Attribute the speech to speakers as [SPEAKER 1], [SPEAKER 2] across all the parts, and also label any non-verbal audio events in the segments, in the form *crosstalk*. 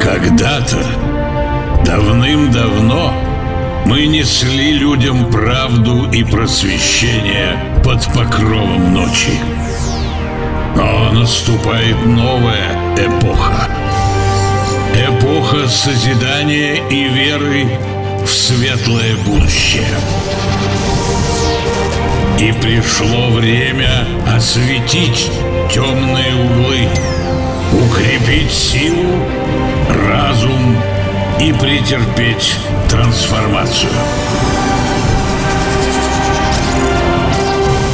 [SPEAKER 1] когда-то, давным-давно, мы несли людям правду и просвещение под покровом ночи. Но наступает новая эпоха. Эпоха созидания и веры в светлое будущее. И пришло время осветить темные углы, укрепить силу, разум и претерпеть трансформацию.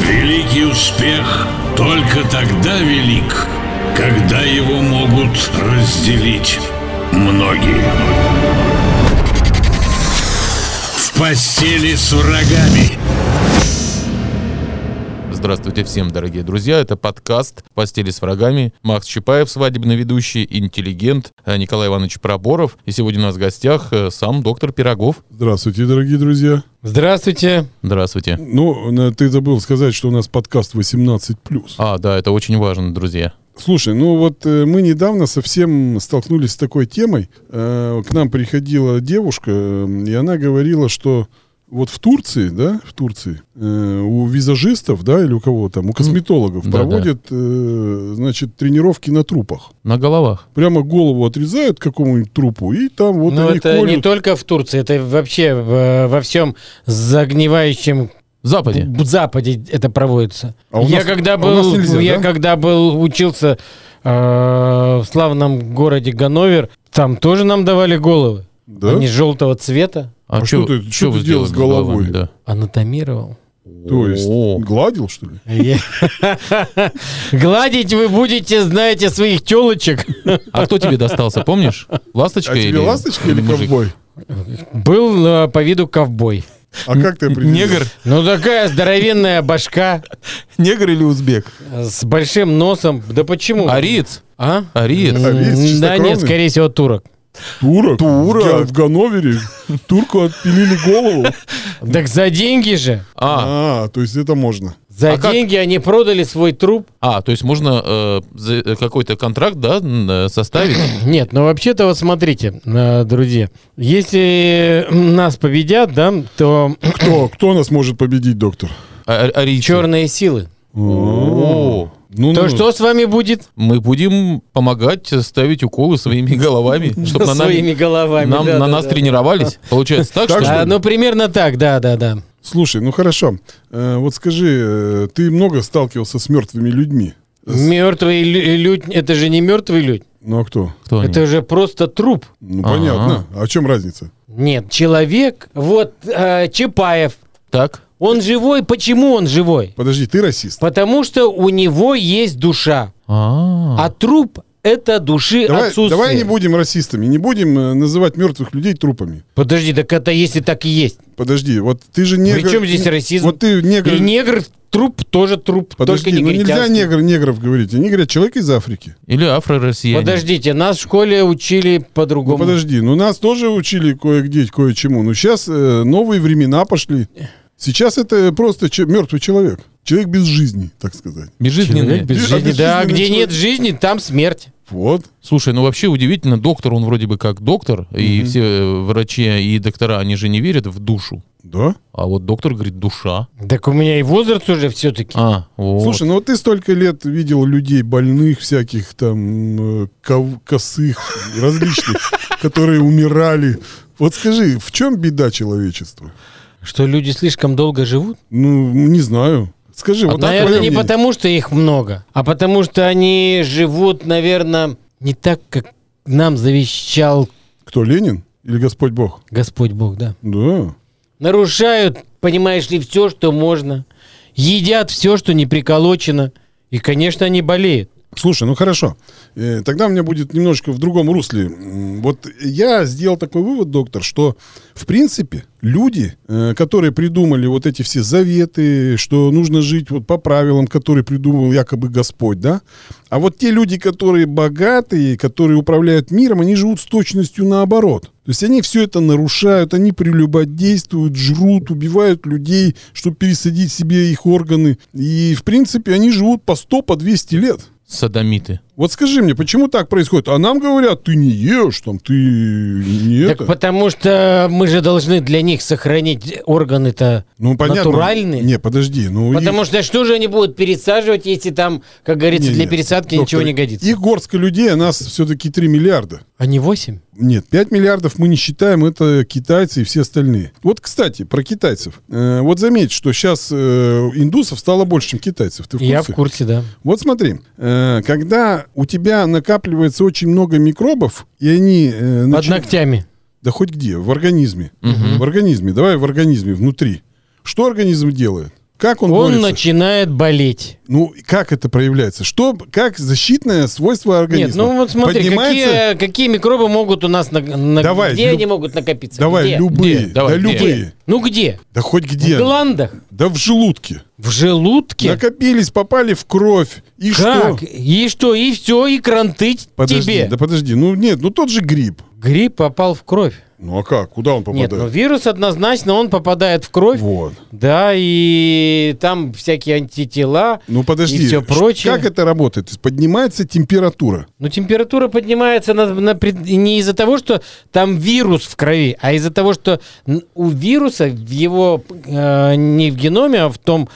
[SPEAKER 1] Великий успех только тогда велик, когда его могут разделить многие. В постели с врагами.
[SPEAKER 2] Здравствуйте всем, дорогие друзья. Это подкаст «Постели с врагами». Макс Чапаев, свадебный ведущий, интеллигент э, Николай Иванович Проборов. И сегодня у нас в гостях э, сам доктор Пирогов.
[SPEAKER 3] Здравствуйте, дорогие друзья.
[SPEAKER 4] Здравствуйте.
[SPEAKER 2] Здравствуйте.
[SPEAKER 3] Ну, на- ты забыл сказать, что у нас подкаст 18+.
[SPEAKER 2] А, да, это очень важно, друзья.
[SPEAKER 3] Слушай, ну вот э, мы недавно совсем столкнулись с такой темой. Э, К нам приходила девушка, э, и она говорила, что вот в Турции, да, в Турции, э, у визажистов, да, или у кого там, у косметологов
[SPEAKER 2] да-да.
[SPEAKER 3] проводят, э, значит, тренировки на трупах.
[SPEAKER 2] На головах.
[SPEAKER 3] Прямо голову отрезают какому-нибудь трупу, и там вот
[SPEAKER 4] Но
[SPEAKER 3] они
[SPEAKER 4] Ну, это не
[SPEAKER 3] колют.
[SPEAKER 4] только в Турции, это вообще в- во всем загнивающем
[SPEAKER 2] В
[SPEAKER 3] Ну,
[SPEAKER 2] Западе.
[SPEAKER 4] б- Западе это проводится.
[SPEAKER 3] А у
[SPEAKER 4] я
[SPEAKER 3] нас-
[SPEAKER 4] когда
[SPEAKER 3] а у нас
[SPEAKER 4] был,
[SPEAKER 3] нельзя,
[SPEAKER 4] я
[SPEAKER 3] да?
[SPEAKER 4] когда был учился э, в славном городе Ганновер, там тоже нам давали головы.
[SPEAKER 3] Да?
[SPEAKER 4] Они желтого цвета.
[SPEAKER 2] А,
[SPEAKER 3] А
[SPEAKER 2] чё-
[SPEAKER 3] что ты-
[SPEAKER 2] чё
[SPEAKER 3] что
[SPEAKER 2] вы
[SPEAKER 3] ты делал с
[SPEAKER 2] сделали головами,
[SPEAKER 3] головой?
[SPEAKER 2] Да.
[SPEAKER 4] Анатомировал.
[SPEAKER 3] То есть
[SPEAKER 2] О.
[SPEAKER 3] гладил, что ли? А
[SPEAKER 4] Я- Гладить вы будете, знаете, своих телочек.
[SPEAKER 2] А кто тебе достался, помнишь? Ласточка
[SPEAKER 3] А
[SPEAKER 2] или
[SPEAKER 3] тебе ласточка или
[SPEAKER 2] мужик?
[SPEAKER 3] ковбой?
[SPEAKER 4] Был э, по виду ковбой.
[SPEAKER 3] А как ты определил?
[SPEAKER 2] Негр?
[SPEAKER 4] Ну такая здоровенная башка
[SPEAKER 2] Негр или узбек?
[SPEAKER 4] э, с большим носом. Да почему?
[SPEAKER 2] Ариец.
[SPEAKER 4] А?
[SPEAKER 2] Ариец.
[SPEAKER 3] А видите,
[SPEAKER 4] М, Да
[SPEAKER 3] чистокровный?
[SPEAKER 4] нет, скорее всего, турок.
[SPEAKER 3] Турок? В, Га- в Ганновере турку отпилили голову.
[SPEAKER 4] Так за деньги же.
[SPEAKER 2] А,
[SPEAKER 3] А, то есть это можно.
[SPEAKER 4] За
[SPEAKER 2] А как-
[SPEAKER 4] деньги они продали свой труп.
[SPEAKER 2] а, то есть можно э, за- какой-то контракт, да, н- э, составить?
[SPEAKER 4] Нет, ну вообще-то вот смотрите, э, друзья. Если нас победят, да, то
[SPEAKER 3] Кто, кто нас может победить, доктор? А.
[SPEAKER 2] А- а- арийцы.
[SPEAKER 4] черные силы.
[SPEAKER 2] О.
[SPEAKER 3] Ну,
[SPEAKER 4] То
[SPEAKER 3] ну,
[SPEAKER 4] что с вами будет?
[SPEAKER 2] Мы будем помогать ставить уколы своими головами, чтобы на, нами-
[SPEAKER 4] своими головами.
[SPEAKER 2] нам-
[SPEAKER 4] да,
[SPEAKER 2] на
[SPEAKER 4] да,
[SPEAKER 2] нас
[SPEAKER 4] да.
[SPEAKER 2] тренировались. Получается так,
[SPEAKER 3] Так
[SPEAKER 2] что...
[SPEAKER 3] что-
[SPEAKER 4] А, ну, примерно так, да, да, да.
[SPEAKER 3] Слушай, ну хорошо. Э, вот скажи, э, ты много сталкивался с мертвыми людьми? С-
[SPEAKER 4] Мертвый лю- людь, это же не мертвый людь,
[SPEAKER 3] Ну а кто?
[SPEAKER 2] Кто они?
[SPEAKER 4] это же просто труп.
[SPEAKER 3] Ну
[SPEAKER 2] Ага.
[SPEAKER 3] понятно. А в чем разница?
[SPEAKER 4] Нет, человек, вот э, Чапаев,
[SPEAKER 2] Так.
[SPEAKER 4] он живой, почему он живой?
[SPEAKER 3] Подожди, ты расист.
[SPEAKER 4] Потому что у него есть душа.
[SPEAKER 2] А,
[SPEAKER 4] А труп это души
[SPEAKER 3] Давай,
[SPEAKER 4] отсутствие.
[SPEAKER 3] давай не будем расистами, не будем э, называть мертвых людей трупами.
[SPEAKER 4] Подожди, так это если так и есть.
[SPEAKER 3] Подожди, вот ты же негр.
[SPEAKER 4] При чем здесь расизм?
[SPEAKER 3] Вот ты негр.
[SPEAKER 4] И негр труп тоже труп,
[SPEAKER 3] Подожди,
[SPEAKER 4] только
[SPEAKER 3] ну нельзя
[SPEAKER 4] негритянский.
[SPEAKER 3] негр, негров говорить. Они говорят, человек из Африки.
[SPEAKER 2] или афро-россияне.
[SPEAKER 4] Подождите, нас в школе учили
[SPEAKER 3] Ну
[SPEAKER 4] по-другому.
[SPEAKER 3] подожди, ну нас тоже учили кое-где, кое-чему. Но сейчас новые времена пошли. Сейчас это просто мертвый человек. Человек без жизни, так сказать.
[SPEAKER 2] Безжизненные.
[SPEAKER 4] Человек Ну, без
[SPEAKER 3] Ты
[SPEAKER 4] жизни. Да,
[SPEAKER 3] обезжизненный
[SPEAKER 4] где
[SPEAKER 3] человек.
[SPEAKER 4] нет жизни, там смерть.
[SPEAKER 3] Вот.
[SPEAKER 2] Слушай, ну вообще удивительно, доктор, он вроде бы как доктор, и все э, врачи и доктора, они же не верят в душу.
[SPEAKER 3] Да?
[SPEAKER 2] А вот доктор говорит, душа.
[SPEAKER 4] Так у меня и возраст уже все-таки.
[SPEAKER 2] А, вот.
[SPEAKER 3] Слушай, ну вот ты столько лет видел людей больных, всяких там э, ков- косых, различных, *laughs* которые умирали. Вот скажи, в чем беда человечества?
[SPEAKER 4] Что люди слишком долго живут?
[SPEAKER 3] Ну, не знаю. Скажи,
[SPEAKER 2] А
[SPEAKER 3] вот
[SPEAKER 2] так,
[SPEAKER 4] наверное,
[SPEAKER 3] твоё
[SPEAKER 4] не
[SPEAKER 3] Ну, мнение.
[SPEAKER 4] потому, что их много, а потому что они живут, наверное, не так, как нам завещал
[SPEAKER 3] Кто, Ленин или Господь Бог?
[SPEAKER 4] Господь Бог, да.
[SPEAKER 3] Да.
[SPEAKER 4] Нарушают, понимаешь ли, все, что можно. Едят все, что не приколочено. И, конечно, они болеют.
[SPEAKER 3] Слушай, ну хорошо. Э, Тогда у меня будет немножко в другом русле. М, Вот я сделал такой вывод, доктор, что в принципе люди, э, которые придумали вот эти все заветы, что нужно жить вот по правилам, которые придумал якобы Господь, да? А вот те люди, которые богатые, которые управляют миром, они живут с точностью наоборот. То есть они все это нарушают, они прелюбодействуют, жрут, убивают людей, чтобы пересадить себе их органы. И, в принципе, они живут по 100, по 200 лет.
[SPEAKER 2] садомиты.
[SPEAKER 3] Вот скажи мне, почему так происходит? А нам говорят, ты не ешь, там, ты не
[SPEAKER 4] Так
[SPEAKER 3] это.
[SPEAKER 4] потому что мы же должны для них сохранить органы-то
[SPEAKER 3] Ну, понятно.
[SPEAKER 4] натуральные.
[SPEAKER 3] Не, подожди. Ну,
[SPEAKER 4] Потому
[SPEAKER 3] их-
[SPEAKER 4] что что же они будут пересаживать, если там, как говорится,
[SPEAKER 3] не,
[SPEAKER 4] для
[SPEAKER 3] не,
[SPEAKER 4] пересадки
[SPEAKER 3] доктор,
[SPEAKER 4] ничего не годится?
[SPEAKER 3] Их горстка людей, а нас все-таки 3 миллиарда.
[SPEAKER 4] А не 8?
[SPEAKER 3] Нет, 5 миллиардов мы не считаем, это китайцы и все остальные. Вот, кстати, про китайцев. Э, вот заметь, что сейчас индусов стало больше, чем китайцев. Ты в курсе?
[SPEAKER 4] Я в курсе, да.
[SPEAKER 3] Вот смотри, э, когда у тебя накапливается очень много микробов, и они... э,
[SPEAKER 4] Под
[SPEAKER 3] начи-
[SPEAKER 4] ногтями.
[SPEAKER 3] Да хоть где, в организме. В организме, давай в организме, внутри. Что организм делает? Как он,
[SPEAKER 4] Он
[SPEAKER 3] борется?
[SPEAKER 4] начинает болеть.
[SPEAKER 3] Ну, и как это проявляется? Что, как защитное свойство организма?
[SPEAKER 4] Нет, ну вот смотри,
[SPEAKER 3] Поднимается-
[SPEAKER 4] какие, какие микробы могут у нас... На, на-
[SPEAKER 3] Давай,
[SPEAKER 4] где
[SPEAKER 3] люб-
[SPEAKER 4] они могут накопиться?
[SPEAKER 3] Давай,
[SPEAKER 4] Где?
[SPEAKER 3] любые.
[SPEAKER 2] Где? Давай,
[SPEAKER 3] да,
[SPEAKER 2] где?
[SPEAKER 3] любые.
[SPEAKER 4] Где? Ну где?
[SPEAKER 3] Да хоть где.
[SPEAKER 4] В гландах?
[SPEAKER 3] Да в желудке.
[SPEAKER 4] В желудке?
[SPEAKER 3] Накопились, попали в кровь. И
[SPEAKER 4] как?
[SPEAKER 3] что?
[SPEAKER 4] И что? И все, и кранты
[SPEAKER 3] Подожди,
[SPEAKER 4] тебе.
[SPEAKER 3] да подожди. Ну нет, ну тот же грипп.
[SPEAKER 4] Грипп попал в кровь.
[SPEAKER 3] Ну а как? Куда он
[SPEAKER 4] Нет,
[SPEAKER 3] попадает?
[SPEAKER 4] ну вирус однозначно, он попадает в кровь.
[SPEAKER 3] Вот.
[SPEAKER 4] Да, и там всякие антитела.
[SPEAKER 3] Ну подожди.
[SPEAKER 4] И всё
[SPEAKER 3] Ш-
[SPEAKER 4] прочее.
[SPEAKER 3] Как это работает? То есть Поднимается температура.
[SPEAKER 4] Но Ну, температура поднимается на- на пред- не из-за того, что там вирус в крови, а из-за того, что н- у вируса в его э, не в геноме, а в том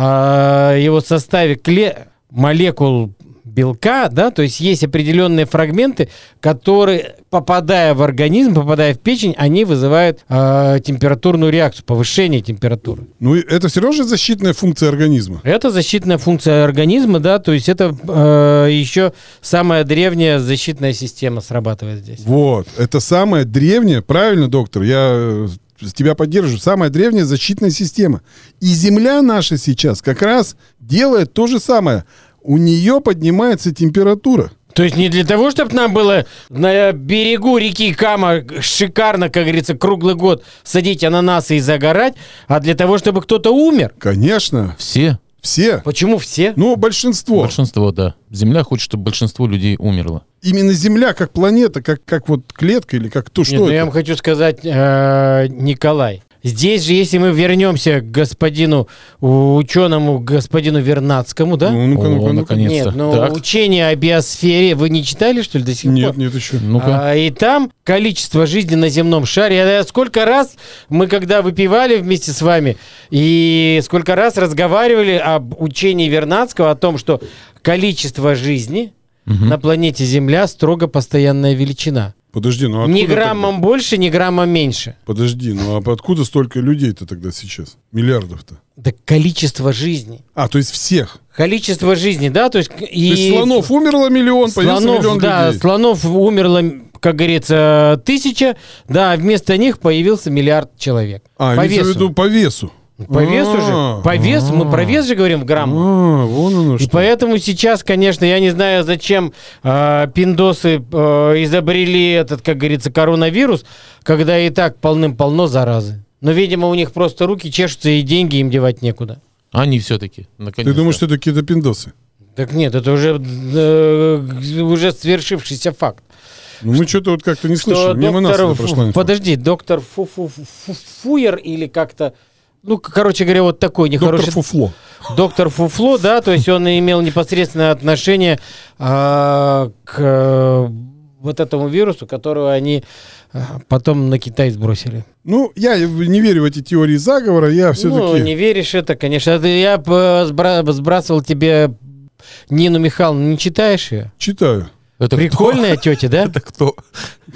[SPEAKER 4] э, его составе кле- молекул белка, да, то есть есть определенные фрагменты, которые, попадая в организм, попадая в печень, они вызывают э, температурную реакцию, повышение температуры.
[SPEAKER 3] Ну и это все равно же защитная функция организма.
[SPEAKER 4] Это защитная функция организма, да, то есть это э, еще самая древняя защитная система срабатывает здесь.
[SPEAKER 3] Вот. Это самая древняя, правильно, доктор, я э, с- тебя поддерживаю, самая древняя защитная система. И Земля наша сейчас как раз делает то же самое. У нее поднимается температура.
[SPEAKER 4] То есть не для того, чтобы нам было на берегу реки Кама шикарно, как говорится, круглый год садить ананасы и загорать, а для того, чтобы кто-то умер.
[SPEAKER 3] Конечно,
[SPEAKER 2] Все,
[SPEAKER 3] все.
[SPEAKER 4] Почему все?
[SPEAKER 3] Ну, большинство.
[SPEAKER 2] большинство, да. Земля хочет, чтобы большинство людей умерло.
[SPEAKER 3] Именно Земля как планета, как, как вот клетка или как то, что
[SPEAKER 4] Нет, ну я
[SPEAKER 3] это?
[SPEAKER 4] вам хочу сказать, э, Николай, здесь же, если мы вернемся к господину ученому, господину Вернадскому, да?
[SPEAKER 3] Ну, ну-ка,
[SPEAKER 2] О,
[SPEAKER 3] ну-ка, ну-ка.
[SPEAKER 2] наконец-то.
[SPEAKER 4] Нет, ну
[SPEAKER 2] Так.
[SPEAKER 4] учение о биосфере вы не читали, что ли, до сих
[SPEAKER 3] Нет,
[SPEAKER 4] пор?
[SPEAKER 3] нет, еще.
[SPEAKER 2] Ну-ка.
[SPEAKER 4] А, и там количество жизни на земном шаре. Я- я сколько раз мы когда выпивали вместе с вами, и сколько раз разговаривали об учении Вернадского, о том, что количество жизни на планете Земля строго постоянная величина.
[SPEAKER 3] Подожди, ну
[SPEAKER 4] ни
[SPEAKER 3] откуда
[SPEAKER 4] граммом
[SPEAKER 3] тогда?
[SPEAKER 4] больше, ни граммом меньше.
[SPEAKER 3] Подожди, ну а откуда столько людей-то тогда сейчас? Миллиардов-то.
[SPEAKER 4] Да количество жизни.
[SPEAKER 3] А, то есть всех.
[SPEAKER 4] Количество жизни, да, то есть... к- И...
[SPEAKER 3] То есть слонов умерло миллион, появился
[SPEAKER 4] Слонов,
[SPEAKER 3] миллион
[SPEAKER 4] да,
[SPEAKER 3] людей.
[SPEAKER 4] слонов умерло, как говорится, тысяча, да, а вместо них появился миллиард человек.
[SPEAKER 3] А,
[SPEAKER 4] по
[SPEAKER 3] имеется в
[SPEAKER 4] весу.
[SPEAKER 3] виду по весу.
[SPEAKER 4] По весу
[SPEAKER 3] А,
[SPEAKER 4] же. По весу, мы про вес же говорим в граммах.
[SPEAKER 3] А, вон оно
[SPEAKER 4] И
[SPEAKER 3] что.
[SPEAKER 4] поэтому сейчас, конечно, я не знаю, зачем э, пиндосы э, изобрели этот, как говорится, коронавирус, когда и так полным-полно заразы. Но, видимо, у них просто руки чешутся и деньги им девать некуда.
[SPEAKER 2] Они все-таки, наконец
[SPEAKER 3] Ты думаешь, что это какие-то пиндосы?
[SPEAKER 4] Так нет, это уже, э, уже свершившийся факт.
[SPEAKER 3] Ну, мы что-то вот как-то не
[SPEAKER 4] что
[SPEAKER 3] слышали. Мимо нас
[SPEAKER 4] доктор
[SPEAKER 3] это
[SPEAKER 4] Фу-
[SPEAKER 3] прошла информация.
[SPEAKER 4] подожди, доктор Фу- Фу- Фу- Фуер или как-то, ну, к- короче говоря, вот такой
[SPEAKER 3] Доктор
[SPEAKER 4] нехороший
[SPEAKER 3] Фуфло.
[SPEAKER 4] доктор Фуфло, да, то есть он имел непосредственное отношение а, к э, вот этому вирусу, которого они а, потом на Китай сбросили.
[SPEAKER 3] Ну, я не верю в эти теории заговора, я
[SPEAKER 4] Ну,
[SPEAKER 3] все-таки...
[SPEAKER 4] не веришь это, конечно. Это Я б- э, сбра- сбрасывал тебе Нину Михайловну, не читаешь ее?
[SPEAKER 3] Читаю.
[SPEAKER 2] Это
[SPEAKER 4] Прикольная
[SPEAKER 3] *laughs*
[SPEAKER 4] тетя, да?
[SPEAKER 2] Это кто?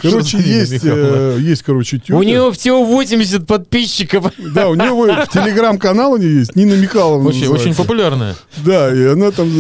[SPEAKER 3] Короче,
[SPEAKER 2] Что за Нина
[SPEAKER 3] есть,
[SPEAKER 2] Михайловна?
[SPEAKER 3] э, есть, короче, тетя.
[SPEAKER 4] У нее всего 80 подписчиков.
[SPEAKER 3] Да, у нее в
[SPEAKER 4] *laughs*
[SPEAKER 3] телеграм-канал у нее есть, Нина Михайловна
[SPEAKER 2] Вообще, очень
[SPEAKER 3] называется.
[SPEAKER 2] популярная.
[SPEAKER 3] Да, и она там...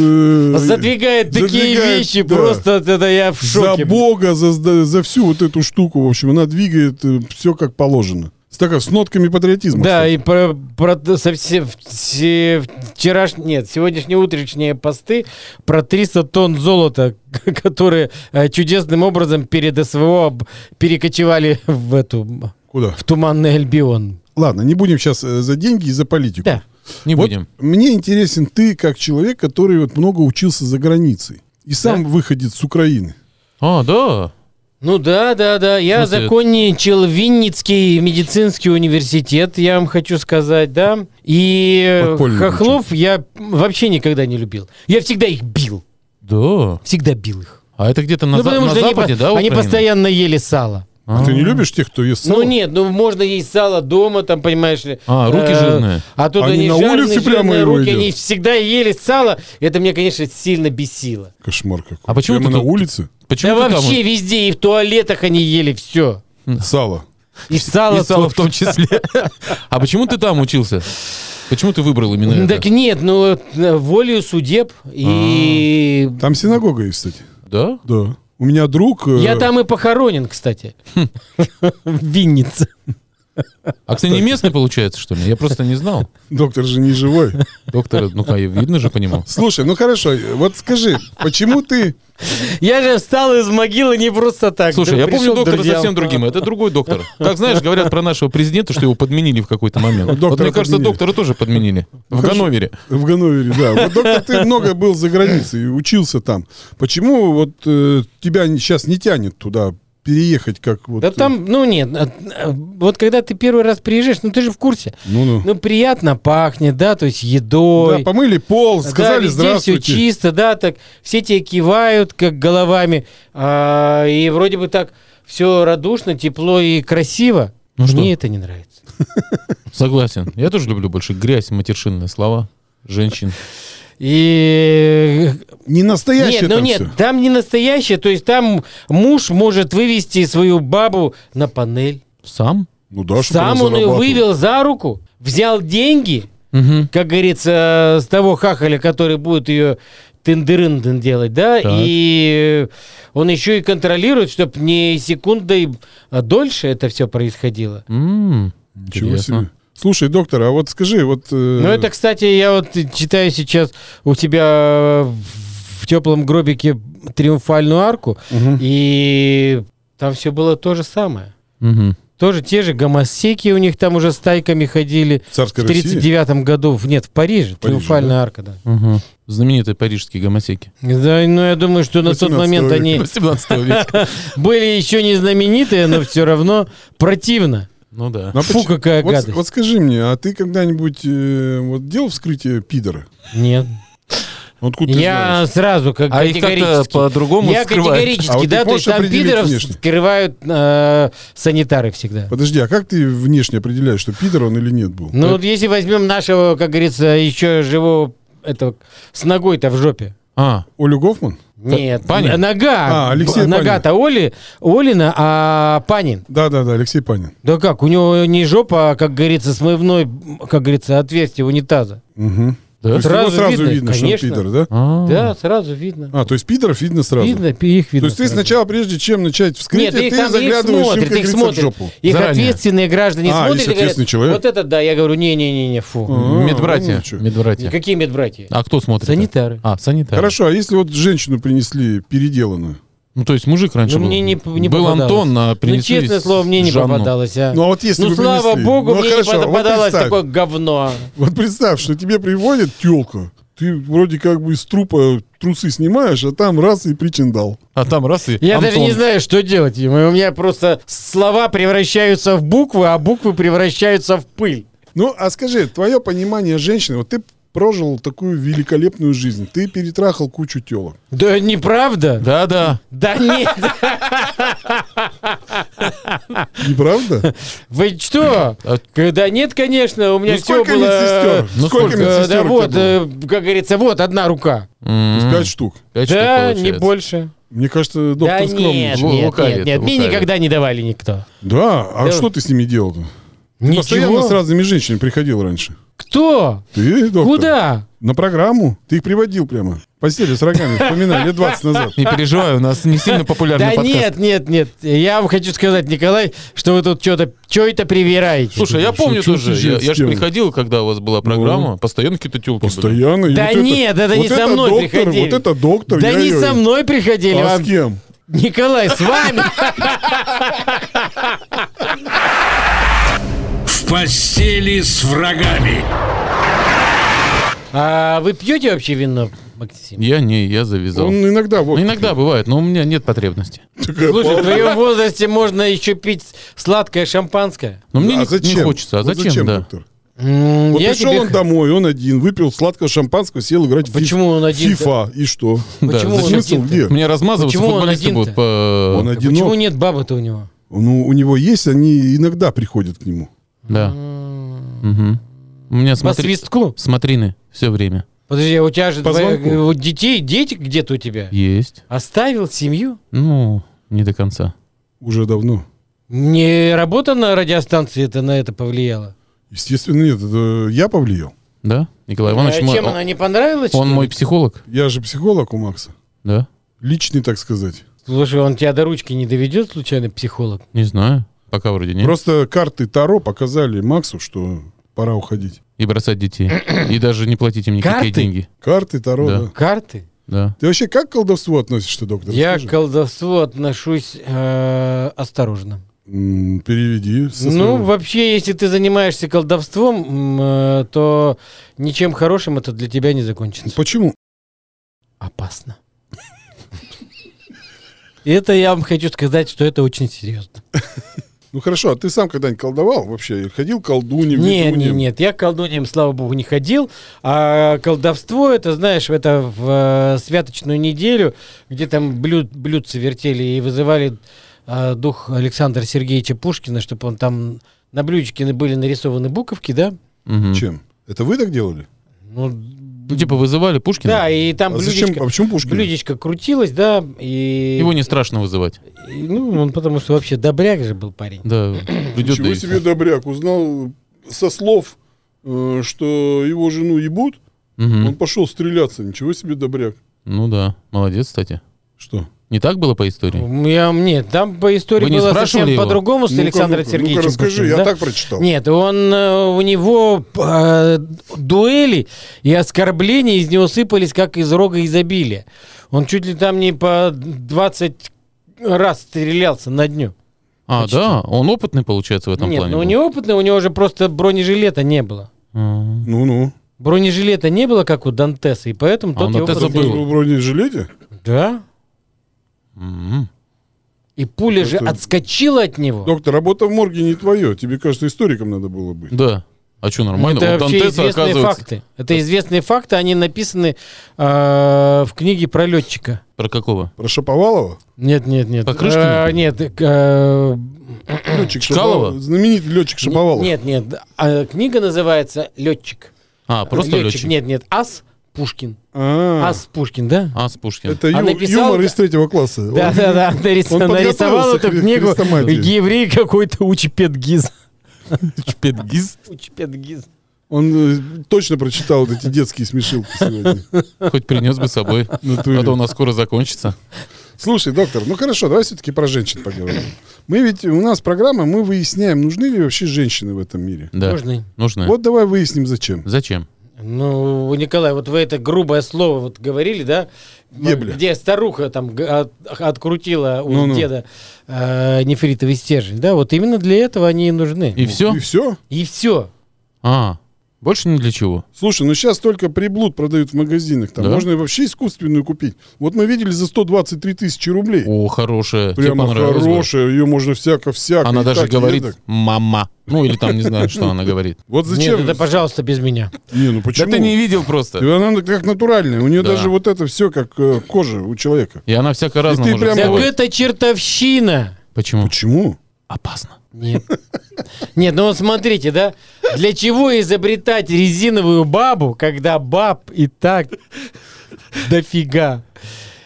[SPEAKER 3] э,
[SPEAKER 4] Задвигает такие
[SPEAKER 3] задвигает,
[SPEAKER 4] вещи,
[SPEAKER 3] да.
[SPEAKER 4] просто это я в шоке.
[SPEAKER 3] За Бога, за, за- за всю вот эту штуку, в общем, она двигает все как положено. С, такой, с нотками патриотизма.
[SPEAKER 4] Да,
[SPEAKER 3] кстати.
[SPEAKER 4] и про, про то- совсем все- вчераш- нет, сегодняшние утренние посты про 300 тонн золота, *laughs* которые э, чудесным образом перед СВО об- перекочевали в эту м,
[SPEAKER 3] Куда?
[SPEAKER 4] в туманный Альбион.
[SPEAKER 3] Ладно, не будем сейчас за деньги и за политику.
[SPEAKER 4] Да.
[SPEAKER 2] Не
[SPEAKER 3] Вот
[SPEAKER 2] будем.
[SPEAKER 3] Мне интересен ты как человек, который вот много учился за границей и сам выходит с Украины.
[SPEAKER 2] А, да.
[SPEAKER 4] Ну да, да, да.
[SPEAKER 2] В
[SPEAKER 4] Я
[SPEAKER 2] смысле?
[SPEAKER 4] закончил Винницкий медицинский университет, я вам хочу сказать, да. И э,
[SPEAKER 3] Подпольный
[SPEAKER 4] хохлов я вообще никогда не любил. Я всегда их бил.
[SPEAKER 2] Да.
[SPEAKER 4] Всегда бил их.
[SPEAKER 2] А это где-то на,
[SPEAKER 4] ну,
[SPEAKER 2] за-
[SPEAKER 4] потому
[SPEAKER 2] на
[SPEAKER 4] что они
[SPEAKER 2] западе,
[SPEAKER 4] по-
[SPEAKER 2] да,
[SPEAKER 4] Они
[SPEAKER 2] Украины?
[SPEAKER 4] постоянно ели сало.
[SPEAKER 3] А ты не любишь тех, кто ест сало?
[SPEAKER 4] Ну нет, ну можно есть сало дома, там, понимаешь ли.
[SPEAKER 2] А, руки
[SPEAKER 4] Э,
[SPEAKER 2] жирные.
[SPEAKER 4] А тут
[SPEAKER 3] Они
[SPEAKER 4] они,
[SPEAKER 3] на
[SPEAKER 4] жареные,
[SPEAKER 3] улице
[SPEAKER 4] жирные
[SPEAKER 3] прямо его
[SPEAKER 4] руки,
[SPEAKER 3] едят?
[SPEAKER 4] они всегда ели сало. Это меня, конечно, сильно бесило.
[SPEAKER 3] Кошмар какой.
[SPEAKER 2] А почему
[SPEAKER 3] Прямо
[SPEAKER 2] ты
[SPEAKER 3] на
[SPEAKER 2] тут-
[SPEAKER 3] улице?
[SPEAKER 2] Почему
[SPEAKER 4] да
[SPEAKER 2] ты там-
[SPEAKER 4] вообще везде, и в туалетах они ели все.
[SPEAKER 3] Сало.
[SPEAKER 4] И сало,
[SPEAKER 2] И сало в
[SPEAKER 4] тоже.
[SPEAKER 2] том числе. А почему ты там учился? Почему ты выбрал именно
[SPEAKER 4] Ну,
[SPEAKER 2] это?
[SPEAKER 4] Так нет, ну э, волею судеб и...
[SPEAKER 3] Там синагога есть, кстати.
[SPEAKER 2] Да?
[SPEAKER 3] Да. У меня друг...
[SPEAKER 2] А.
[SPEAKER 3] э,
[SPEAKER 4] Я там и
[SPEAKER 2] *laughs*
[SPEAKER 4] похоронен, кстати. В Виннице.
[SPEAKER 2] А ты не местный, получается, что ли? Я просто не знал.
[SPEAKER 3] Доктор же не живой.
[SPEAKER 2] Доктор, ну, а видно же, понимал.
[SPEAKER 3] Слушай, ну хорошо, вот скажи, почему ты...
[SPEAKER 4] Я же встал из могилы не просто так.
[SPEAKER 2] Слушай,
[SPEAKER 4] Да
[SPEAKER 2] я
[SPEAKER 4] пришел
[SPEAKER 2] помню
[SPEAKER 4] к
[SPEAKER 2] доктора
[SPEAKER 4] друзьям. а.
[SPEAKER 2] совсем другим. Это другой
[SPEAKER 4] *laughs*
[SPEAKER 2] доктор. Как знаешь, говорят про нашего президента, что его подменили в какой-то момент.
[SPEAKER 3] Доктора
[SPEAKER 2] Вот мне кажется,
[SPEAKER 3] подменили.
[SPEAKER 2] доктора тоже подменили. В
[SPEAKER 3] Хорошо.
[SPEAKER 2] Ганновере.
[SPEAKER 3] В Ганновере, да. Вот, доктор, ты много был за границей и учился там. Почему вот э, тебя сейчас не тянет туда переехать, как вот...
[SPEAKER 4] Да
[SPEAKER 3] э,
[SPEAKER 4] там, ну нет, а, а, вот когда ты первый раз приезжаешь, ну ты же в курсе.
[SPEAKER 3] Ну-ну.
[SPEAKER 4] Ну приятно пахнет, да, то есть
[SPEAKER 3] Да,
[SPEAKER 4] едой.
[SPEAKER 3] помыли пол, сказали
[SPEAKER 4] везде все
[SPEAKER 3] здравствуйте.
[SPEAKER 4] чисто, да, так все тебе кивают как головами, а, и вроде бы так все радушно, тепло и красиво.
[SPEAKER 2] Ну что?
[SPEAKER 4] Мне это не нравится.
[SPEAKER 2] Согласен. Я тоже люблю больше грязь, матершинные слова, женщин.
[SPEAKER 4] И
[SPEAKER 3] Не настоящее
[SPEAKER 4] нет, ну
[SPEAKER 3] там
[SPEAKER 4] нет,
[SPEAKER 3] всё.
[SPEAKER 4] там не настоящее, то есть там муж может вывести свою бабу на панель.
[SPEAKER 2] Сам?
[SPEAKER 3] Ну да, чтобы
[SPEAKER 4] Сам
[SPEAKER 3] она
[SPEAKER 4] он ее
[SPEAKER 3] зарабатывала.
[SPEAKER 4] вывел за руку, взял деньги,
[SPEAKER 2] Мгм.
[SPEAKER 4] как говорится, с того хахаля, который будет ее тендерынден делать, да,
[SPEAKER 2] Так.
[SPEAKER 4] и он еще и контролирует, чтобы не секундой а дольше это все происходило.
[SPEAKER 2] М,
[SPEAKER 3] Ничего
[SPEAKER 2] Интересно.
[SPEAKER 3] себе. Слушай, доктор, а вот скажи, вот... э,
[SPEAKER 4] Ну, это, кстати, я вот читаю сейчас у тебя в теплом гробике триумфальную арку,
[SPEAKER 3] Мгм.
[SPEAKER 4] и там все было то же самое.
[SPEAKER 2] Мгм.
[SPEAKER 4] Тоже те же гомосеки у них там уже стайками ходили.
[SPEAKER 3] Царской
[SPEAKER 4] в
[SPEAKER 3] России?
[SPEAKER 4] 39 году, в- нет, в
[SPEAKER 3] Париже,
[SPEAKER 4] Париже, триумфальная арка, да.
[SPEAKER 2] Мгм. Знаменитые парижские гомосеки.
[SPEAKER 4] Да, ну я думаю, что на тот
[SPEAKER 3] 18
[SPEAKER 4] момент
[SPEAKER 3] века.
[SPEAKER 4] они
[SPEAKER 2] 18
[SPEAKER 4] *laughs*
[SPEAKER 2] века.
[SPEAKER 4] были еще не знаменитые, но все равно противно.
[SPEAKER 2] Ну да.
[SPEAKER 3] ну, а
[SPEAKER 4] Фу,
[SPEAKER 3] поч-
[SPEAKER 4] какая
[SPEAKER 3] вот,
[SPEAKER 4] гадость.
[SPEAKER 3] вот скажи мне, а ты когда-нибудь э, вот делал вскрытие пидора? Ну,
[SPEAKER 4] Нет.
[SPEAKER 3] Откуда ты
[SPEAKER 4] Я
[SPEAKER 3] знаешь?
[SPEAKER 4] сразу как
[SPEAKER 2] А их как-то
[SPEAKER 4] категорически.
[SPEAKER 2] по-другому
[SPEAKER 4] Я
[SPEAKER 2] скрывают.
[SPEAKER 4] категорически,
[SPEAKER 3] А вот
[SPEAKER 4] да,
[SPEAKER 3] ты
[SPEAKER 4] то есть
[SPEAKER 3] можешь
[SPEAKER 4] там
[SPEAKER 3] определить
[SPEAKER 4] пидоров
[SPEAKER 3] внешне?
[SPEAKER 4] скрывают э, санитары всегда.
[SPEAKER 3] Подожди, а как ты внешне определяешь, что пидор он или нет был? Э,
[SPEAKER 4] Ну вот если возьмем нашего, как говорится, еще живого этого с ногой-то в жопе.
[SPEAKER 2] А,
[SPEAKER 3] Олю Гофман?
[SPEAKER 4] Нет,
[SPEAKER 2] Панин?
[SPEAKER 4] н- нога.
[SPEAKER 3] А, Алексей
[SPEAKER 4] Нога-то Оли, Олина, а Панин.
[SPEAKER 3] Да-да-да, Алексей Панин.
[SPEAKER 4] Да как, у него не жопа, а, как говорится, смывной, как говорится, отверстие унитаза.
[SPEAKER 3] Угу.
[SPEAKER 2] да?
[SPEAKER 3] То есть
[SPEAKER 4] Сразу
[SPEAKER 3] его сразу
[SPEAKER 4] видно,
[SPEAKER 3] видно, что он
[SPEAKER 4] конечно.
[SPEAKER 3] пидор, да?
[SPEAKER 2] А.
[SPEAKER 4] Да, сразу видно.
[SPEAKER 3] А, то есть пидоров видно сразу.
[SPEAKER 4] Видно, пи- их
[SPEAKER 3] То
[SPEAKER 4] видно.
[SPEAKER 3] есть ты
[SPEAKER 4] сразу.
[SPEAKER 3] сначала, прежде чем начать вскрытие,
[SPEAKER 4] Нет, их
[SPEAKER 3] ты
[SPEAKER 4] там их
[SPEAKER 3] заглядываешь им,
[SPEAKER 4] смотрят,
[SPEAKER 3] как
[SPEAKER 4] их
[SPEAKER 3] говорится,
[SPEAKER 4] смотрят.
[SPEAKER 3] в жопу.
[SPEAKER 4] Их
[SPEAKER 2] Заранее.
[SPEAKER 4] ответственные граждане
[SPEAKER 3] А,
[SPEAKER 4] смотрят
[SPEAKER 3] есть
[SPEAKER 4] и говорят,
[SPEAKER 3] ответственный человек.
[SPEAKER 4] вот это да, я говорю, не-не-не, фу.
[SPEAKER 3] А,
[SPEAKER 2] Медбратья.
[SPEAKER 3] ну чё.
[SPEAKER 2] Медбратья.
[SPEAKER 4] Какие медбратья?
[SPEAKER 2] А кто смотрит?
[SPEAKER 4] Санитары.
[SPEAKER 2] А, санитары.
[SPEAKER 3] Хорошо, а если вот женщину принесли переделанную?
[SPEAKER 2] Ну, то есть мужик раньше
[SPEAKER 4] Ну,
[SPEAKER 2] был.
[SPEAKER 4] мне не п- не
[SPEAKER 2] был
[SPEAKER 4] попадалось.
[SPEAKER 2] Антон, а
[SPEAKER 4] Ну,
[SPEAKER 2] принесли
[SPEAKER 4] честное слово, мне не
[SPEAKER 2] Жанну.
[SPEAKER 4] попадалось, а.
[SPEAKER 3] Ну, а вот если
[SPEAKER 4] Ну,
[SPEAKER 3] бы
[SPEAKER 4] слава
[SPEAKER 3] принесли?
[SPEAKER 4] богу,
[SPEAKER 3] Ну,
[SPEAKER 4] мне
[SPEAKER 3] хорошо,
[SPEAKER 4] не
[SPEAKER 3] вот
[SPEAKER 4] попадалось
[SPEAKER 3] представь.
[SPEAKER 4] такое говно.
[SPEAKER 3] Вот представь, что тебе приводит телка, ты вроде как бы из трупа трусы снимаешь, а там раз и причиндал.
[SPEAKER 2] А там раз и
[SPEAKER 4] Я даже
[SPEAKER 2] Антон.
[SPEAKER 4] не знаю, что делать им. У меня просто слова превращаются в буквы, а буквы превращаются в пыль.
[SPEAKER 3] Ну, а скажи, твое понимание женщины, вот ты прожил такую великолепную жизнь, ты перетрахал кучу телок.
[SPEAKER 4] Да неправда?
[SPEAKER 2] Да-да.
[SPEAKER 3] *laughs*
[SPEAKER 4] Да нет.
[SPEAKER 3] Не
[SPEAKER 4] *laughs*
[SPEAKER 3] правда?
[SPEAKER 4] Вы что?
[SPEAKER 2] А-
[SPEAKER 4] Да нет, конечно, у меня
[SPEAKER 3] Ну,
[SPEAKER 4] все
[SPEAKER 3] сколько
[SPEAKER 4] было...
[SPEAKER 3] медсестер?
[SPEAKER 2] Ну,
[SPEAKER 3] Сколько
[SPEAKER 2] сколько?
[SPEAKER 4] Э, Да
[SPEAKER 3] медсестер у
[SPEAKER 4] вот,
[SPEAKER 3] тебя
[SPEAKER 4] э, как говорится, вот одна рука.
[SPEAKER 3] было?
[SPEAKER 2] М,
[SPEAKER 3] Пять штук.
[SPEAKER 2] пять штук
[SPEAKER 4] Да, не
[SPEAKER 2] получается.
[SPEAKER 4] больше.
[SPEAKER 3] Мне кажется, доктор
[SPEAKER 4] Да
[SPEAKER 3] скромничает.
[SPEAKER 4] нет,
[SPEAKER 2] Лу-
[SPEAKER 4] нет,
[SPEAKER 2] лукавит,
[SPEAKER 4] нет, нет. Мне
[SPEAKER 2] лукавит.
[SPEAKER 4] никогда не давали никто.
[SPEAKER 3] Да, а
[SPEAKER 4] Да.
[SPEAKER 3] что ты с ними делал-то?
[SPEAKER 2] Ну,
[SPEAKER 3] Ты Постоянно с
[SPEAKER 4] Э, Ничего.
[SPEAKER 3] разными женщинами приходил раньше.
[SPEAKER 4] Кто?
[SPEAKER 3] Ты, доктор?
[SPEAKER 4] Куда?
[SPEAKER 3] На программу. Ты их приводил прямо. Постели с рогами, вспоминай, лет 20 назад.
[SPEAKER 2] Не переживай, у нас не сильно популярный
[SPEAKER 4] Да
[SPEAKER 2] подкаст.
[SPEAKER 4] нет, нет, нет. Я вам хочу сказать, Николай, что вы тут что-то что это привираете.
[SPEAKER 2] Слушай, я
[SPEAKER 3] Шучу,
[SPEAKER 2] помню
[SPEAKER 3] шучу,
[SPEAKER 2] тоже,
[SPEAKER 3] шучу,
[SPEAKER 2] я, я же
[SPEAKER 3] тема.
[SPEAKER 2] приходил, когда у вас была программа, постоянно какие-то тёлки были.
[SPEAKER 3] Ну. Постоянно. и
[SPEAKER 4] Да
[SPEAKER 3] вот
[SPEAKER 4] нет, это не
[SPEAKER 3] вот
[SPEAKER 4] со мной
[SPEAKER 3] доктор,
[SPEAKER 4] приходили.
[SPEAKER 3] Вот это доктор.
[SPEAKER 4] да
[SPEAKER 3] я
[SPEAKER 4] не
[SPEAKER 3] её-
[SPEAKER 4] со мной приходили,
[SPEAKER 3] А
[SPEAKER 4] вам-
[SPEAKER 3] с кем?
[SPEAKER 4] Николай, с вами. *laughs*
[SPEAKER 1] В постели с врагами.
[SPEAKER 4] А вы пьете вообще вино, Максим?
[SPEAKER 2] Я не, я завязал.
[SPEAKER 3] Он иногда вот.
[SPEAKER 2] Ну, иногда бывает, но у меня нет потребности.
[SPEAKER 4] Слушай, в твоем возрасте можно еще пить сладкое шампанское.
[SPEAKER 2] Но мне
[SPEAKER 3] а
[SPEAKER 2] не, не
[SPEAKER 4] Ну,
[SPEAKER 3] зачем?
[SPEAKER 2] хочется. А
[SPEAKER 3] Вот
[SPEAKER 2] зачем, да?
[SPEAKER 3] доктор?
[SPEAKER 4] М,
[SPEAKER 3] Вот
[SPEAKER 4] я
[SPEAKER 3] пришел
[SPEAKER 4] тебе
[SPEAKER 3] он
[SPEAKER 4] х-
[SPEAKER 3] домой, он один, выпил сладкого шампанского, сел играть в
[SPEAKER 4] Почему он один?
[SPEAKER 3] FIFA. И что?
[SPEAKER 2] Да,
[SPEAKER 4] Почему он
[SPEAKER 2] зачем?
[SPEAKER 3] Смысл
[SPEAKER 4] один-то?
[SPEAKER 3] где?
[SPEAKER 2] Мне размазываться
[SPEAKER 4] Почему он
[SPEAKER 2] футболисты
[SPEAKER 4] один-то?
[SPEAKER 2] будут по...
[SPEAKER 3] Он одинок.
[SPEAKER 4] Почему нет бабы-то у него?
[SPEAKER 3] Ну, у него есть, они иногда приходят к нему.
[SPEAKER 2] Да. Мгм. У меня
[SPEAKER 4] По
[SPEAKER 2] смотри...
[SPEAKER 4] свистку?
[SPEAKER 2] смотрины все время.
[SPEAKER 4] Подожди, а у тебя же
[SPEAKER 3] По
[SPEAKER 4] двое-
[SPEAKER 3] звонку.
[SPEAKER 4] вот детей, дети где-то у тебя?
[SPEAKER 2] Есть.
[SPEAKER 4] Оставил семью?
[SPEAKER 2] Ну, не до конца.
[SPEAKER 3] Уже давно.
[SPEAKER 4] Не работа на радиостанции это на это повлияла?
[SPEAKER 3] Естественно, нет, это я повлиял.
[SPEAKER 2] Да? Николай Иванович,
[SPEAKER 4] А
[SPEAKER 2] мой-
[SPEAKER 4] чем она не понравилась?
[SPEAKER 2] он
[SPEAKER 4] что
[SPEAKER 2] мой
[SPEAKER 4] ли?
[SPEAKER 2] психолог,
[SPEAKER 3] Я же психолог у Макса.
[SPEAKER 2] да?
[SPEAKER 3] Личный, так сказать.
[SPEAKER 4] Слушай, он тебя до ручки не доведет случайно психолог?
[SPEAKER 2] Не знаю. Пока вроде нет.
[SPEAKER 3] Просто карты Таро показали Максу, что пора уходить.
[SPEAKER 2] И бросать детей. И даже не платить им никакие
[SPEAKER 4] Карты?
[SPEAKER 2] деньги.
[SPEAKER 3] Карты Таро,
[SPEAKER 2] Да.
[SPEAKER 3] да.
[SPEAKER 4] Карты?
[SPEAKER 2] Да.
[SPEAKER 3] Ты вообще как к колдовству относишься, доктор?
[SPEAKER 4] Я
[SPEAKER 3] Расскажи.
[SPEAKER 4] к колдовству отношусь э, осторожно.
[SPEAKER 3] М, Переведи. со
[SPEAKER 4] Ну,
[SPEAKER 3] своего.
[SPEAKER 4] вообще, если ты занимаешься колдовством, м, э, то ничем хорошим это для тебя не закончится.
[SPEAKER 3] Почему?
[SPEAKER 4] Опасно. И Это я вам хочу сказать, что это очень серьезно.
[SPEAKER 3] Ну хорошо, а ты сам когда-нибудь колдовал вообще? Ходил к колдуньям,
[SPEAKER 4] Нет, нет,
[SPEAKER 3] ведуньям?
[SPEAKER 4] нет, я к колдуньям, слава богу, не ходил. А колдовство, это, знаешь, это в э, святочную неделю, где там блюд, блюдца вертели и вызывали э, дух Александра Сергеевича Пушкина, чтобы он там на блюдечке были нарисованы буковки, да?
[SPEAKER 2] Мгм.
[SPEAKER 3] Чем? Это вы так делали?
[SPEAKER 4] Ну,
[SPEAKER 2] Ну, типа вызывали Пушкина.
[SPEAKER 4] Да, и там
[SPEAKER 3] а
[SPEAKER 4] блюдечко,
[SPEAKER 3] зачем? А почему Пушкин?
[SPEAKER 4] блюдечко крутилось, да, и,
[SPEAKER 2] Его не страшно вызывать.
[SPEAKER 4] и, ну, он потому что вообще добряк же был парень. *clears throat*
[SPEAKER 2] Да, придет
[SPEAKER 3] Ничего себе добряк. Узнал э, со слов, э, что его жену ебут. Он пошел стреляться. Ничего себе добряк.
[SPEAKER 2] Ну да, молодец, кстати.
[SPEAKER 3] Что?
[SPEAKER 2] Не так было по истории?
[SPEAKER 4] Я, нет, там по истории
[SPEAKER 2] Вы не
[SPEAKER 4] было
[SPEAKER 2] спрашивали
[SPEAKER 4] совсем
[SPEAKER 2] его?
[SPEAKER 4] по-другому с
[SPEAKER 3] Ну-ка,
[SPEAKER 4] Александром
[SPEAKER 3] ну-ка,
[SPEAKER 4] Сергеевичем.
[SPEAKER 3] Ну-ка расскажи,
[SPEAKER 4] Пушкиным,
[SPEAKER 3] я
[SPEAKER 4] да?
[SPEAKER 3] так прочитал.
[SPEAKER 4] Нет, он, э, у него э, дуэли и оскорбления из него сыпались, как из рога изобилия. Он чуть ли там не по 20 раз стрелялся на дню.
[SPEAKER 2] А,
[SPEAKER 4] почти.
[SPEAKER 2] да, он опытный, получается, в этом
[SPEAKER 4] Нет,
[SPEAKER 2] плане.
[SPEAKER 4] ну
[SPEAKER 2] был.
[SPEAKER 4] неопытный, у него же просто бронежилета не было.
[SPEAKER 2] Ага.
[SPEAKER 3] Ну-ну.
[SPEAKER 4] Бронежилета не было, как у Дантеса, и поэтому
[SPEAKER 2] А
[SPEAKER 4] тот
[SPEAKER 2] у
[SPEAKER 4] его
[SPEAKER 2] Дантеса
[SPEAKER 4] просто-
[SPEAKER 2] был.
[SPEAKER 3] Вы в бронежилете?
[SPEAKER 4] Да.
[SPEAKER 2] М.
[SPEAKER 4] И пуля же
[SPEAKER 3] Это-
[SPEAKER 4] отскочила от него.
[SPEAKER 3] Доктор, работа в морге не твое. Тебе, кажется, историком надо было быть.
[SPEAKER 2] Да. А что, нормально?
[SPEAKER 4] Это
[SPEAKER 2] Вот
[SPEAKER 4] вообще
[SPEAKER 2] Дантеса,
[SPEAKER 4] известные
[SPEAKER 2] оказывается,
[SPEAKER 4] факты. Это известные факты, они написаны э, в книге про летчика.
[SPEAKER 2] про какого?
[SPEAKER 3] Про Шаповалова?
[SPEAKER 4] Нет, нет, нет.
[SPEAKER 2] А, Покрышкина?
[SPEAKER 4] Э, нет, э,
[SPEAKER 3] Летчик
[SPEAKER 2] Чкалова?
[SPEAKER 3] Шаповалов. Знаменитый летчик Шаповалов.
[SPEAKER 4] нет, нет. А, книга называется Э, Летчик.
[SPEAKER 2] А, просто летчик.
[SPEAKER 4] Нет, нет. Ас Пушкин.
[SPEAKER 3] А,
[SPEAKER 4] Ас Пушкин, да?
[SPEAKER 2] А, с Пушкина.
[SPEAKER 3] Это
[SPEAKER 4] А
[SPEAKER 3] ю-
[SPEAKER 4] написал-
[SPEAKER 3] юмор из третьего класса.
[SPEAKER 4] Да,
[SPEAKER 3] Он-
[SPEAKER 4] да, да, нарис-
[SPEAKER 3] он
[SPEAKER 4] нарисовал
[SPEAKER 3] подготовился
[SPEAKER 4] эту
[SPEAKER 3] к хри-
[SPEAKER 4] книгу
[SPEAKER 3] хрестоматии.
[SPEAKER 4] еврей какой-то *laughs* Учпетгиз.
[SPEAKER 2] Шпетгиз.
[SPEAKER 4] Учпетгиз.
[SPEAKER 3] Он э, точно прочитал вот эти детские смешилки сегодня.
[SPEAKER 2] *laughs* Хоть принес бы с
[SPEAKER 4] *laughs*
[SPEAKER 2] собой. А
[SPEAKER 3] Натуре.
[SPEAKER 2] то у нас скоро закончится.
[SPEAKER 3] Слушай, доктор, ну хорошо, давай все-таки про женщин поговорим. Мы ведь, у нас программа, мы выясняем, нужны ли вообще женщины в этом мире.
[SPEAKER 2] Да.
[SPEAKER 4] Можно?
[SPEAKER 2] Нужно.
[SPEAKER 3] Вот давай выясним, зачем.
[SPEAKER 2] Зачем?
[SPEAKER 4] Ну, Николай, вот вы это грубое слово вот говорили, да?
[SPEAKER 3] Ебля.
[SPEAKER 4] Где старуха там г- от- открутила у
[SPEAKER 3] Ну-ну.
[SPEAKER 4] деда э, нефритовый стержень, да? Вот именно для этого они и нужны.
[SPEAKER 2] И все?
[SPEAKER 3] И все?
[SPEAKER 4] И все.
[SPEAKER 2] А, больше ни для чего.
[SPEAKER 3] Слушай, ну сейчас только приблуд продают в магазинах. Там
[SPEAKER 2] Да?
[SPEAKER 3] можно и вообще искусственную купить. Вот мы видели за 123 тысячи рублей.
[SPEAKER 2] О, хорошая. Тебе
[SPEAKER 3] Прямо
[SPEAKER 2] понравилось бы?
[SPEAKER 3] хорошая, ее можно всяко-всяко.
[SPEAKER 2] Она
[SPEAKER 3] и
[SPEAKER 2] даже
[SPEAKER 3] так, и
[SPEAKER 2] говорит
[SPEAKER 3] эдак.
[SPEAKER 2] «мама». Ну, или там не знаю,
[SPEAKER 3] *laughs*
[SPEAKER 2] что она говорит.
[SPEAKER 3] Вот зачем?
[SPEAKER 4] Нет, это, пожалуйста, без меня.
[SPEAKER 3] Не, ну
[SPEAKER 2] Да
[SPEAKER 3] почему?
[SPEAKER 2] ты не видел
[SPEAKER 3] И
[SPEAKER 2] просто.
[SPEAKER 3] она как натуральная. У нее
[SPEAKER 2] Да.
[SPEAKER 3] даже вот это все как э, кожа у человека.
[SPEAKER 2] И она всяко разно
[SPEAKER 3] ты
[SPEAKER 2] может
[SPEAKER 3] прям-
[SPEAKER 4] Так
[SPEAKER 2] сказать.
[SPEAKER 4] это чертовщина.
[SPEAKER 2] Почему?
[SPEAKER 3] Почему?
[SPEAKER 2] Опасно.
[SPEAKER 3] *laughs*
[SPEAKER 4] Нет. Нет, ну вот смотрите, да? Для чего изобретать резиновую бабу, когда баб и так дофига?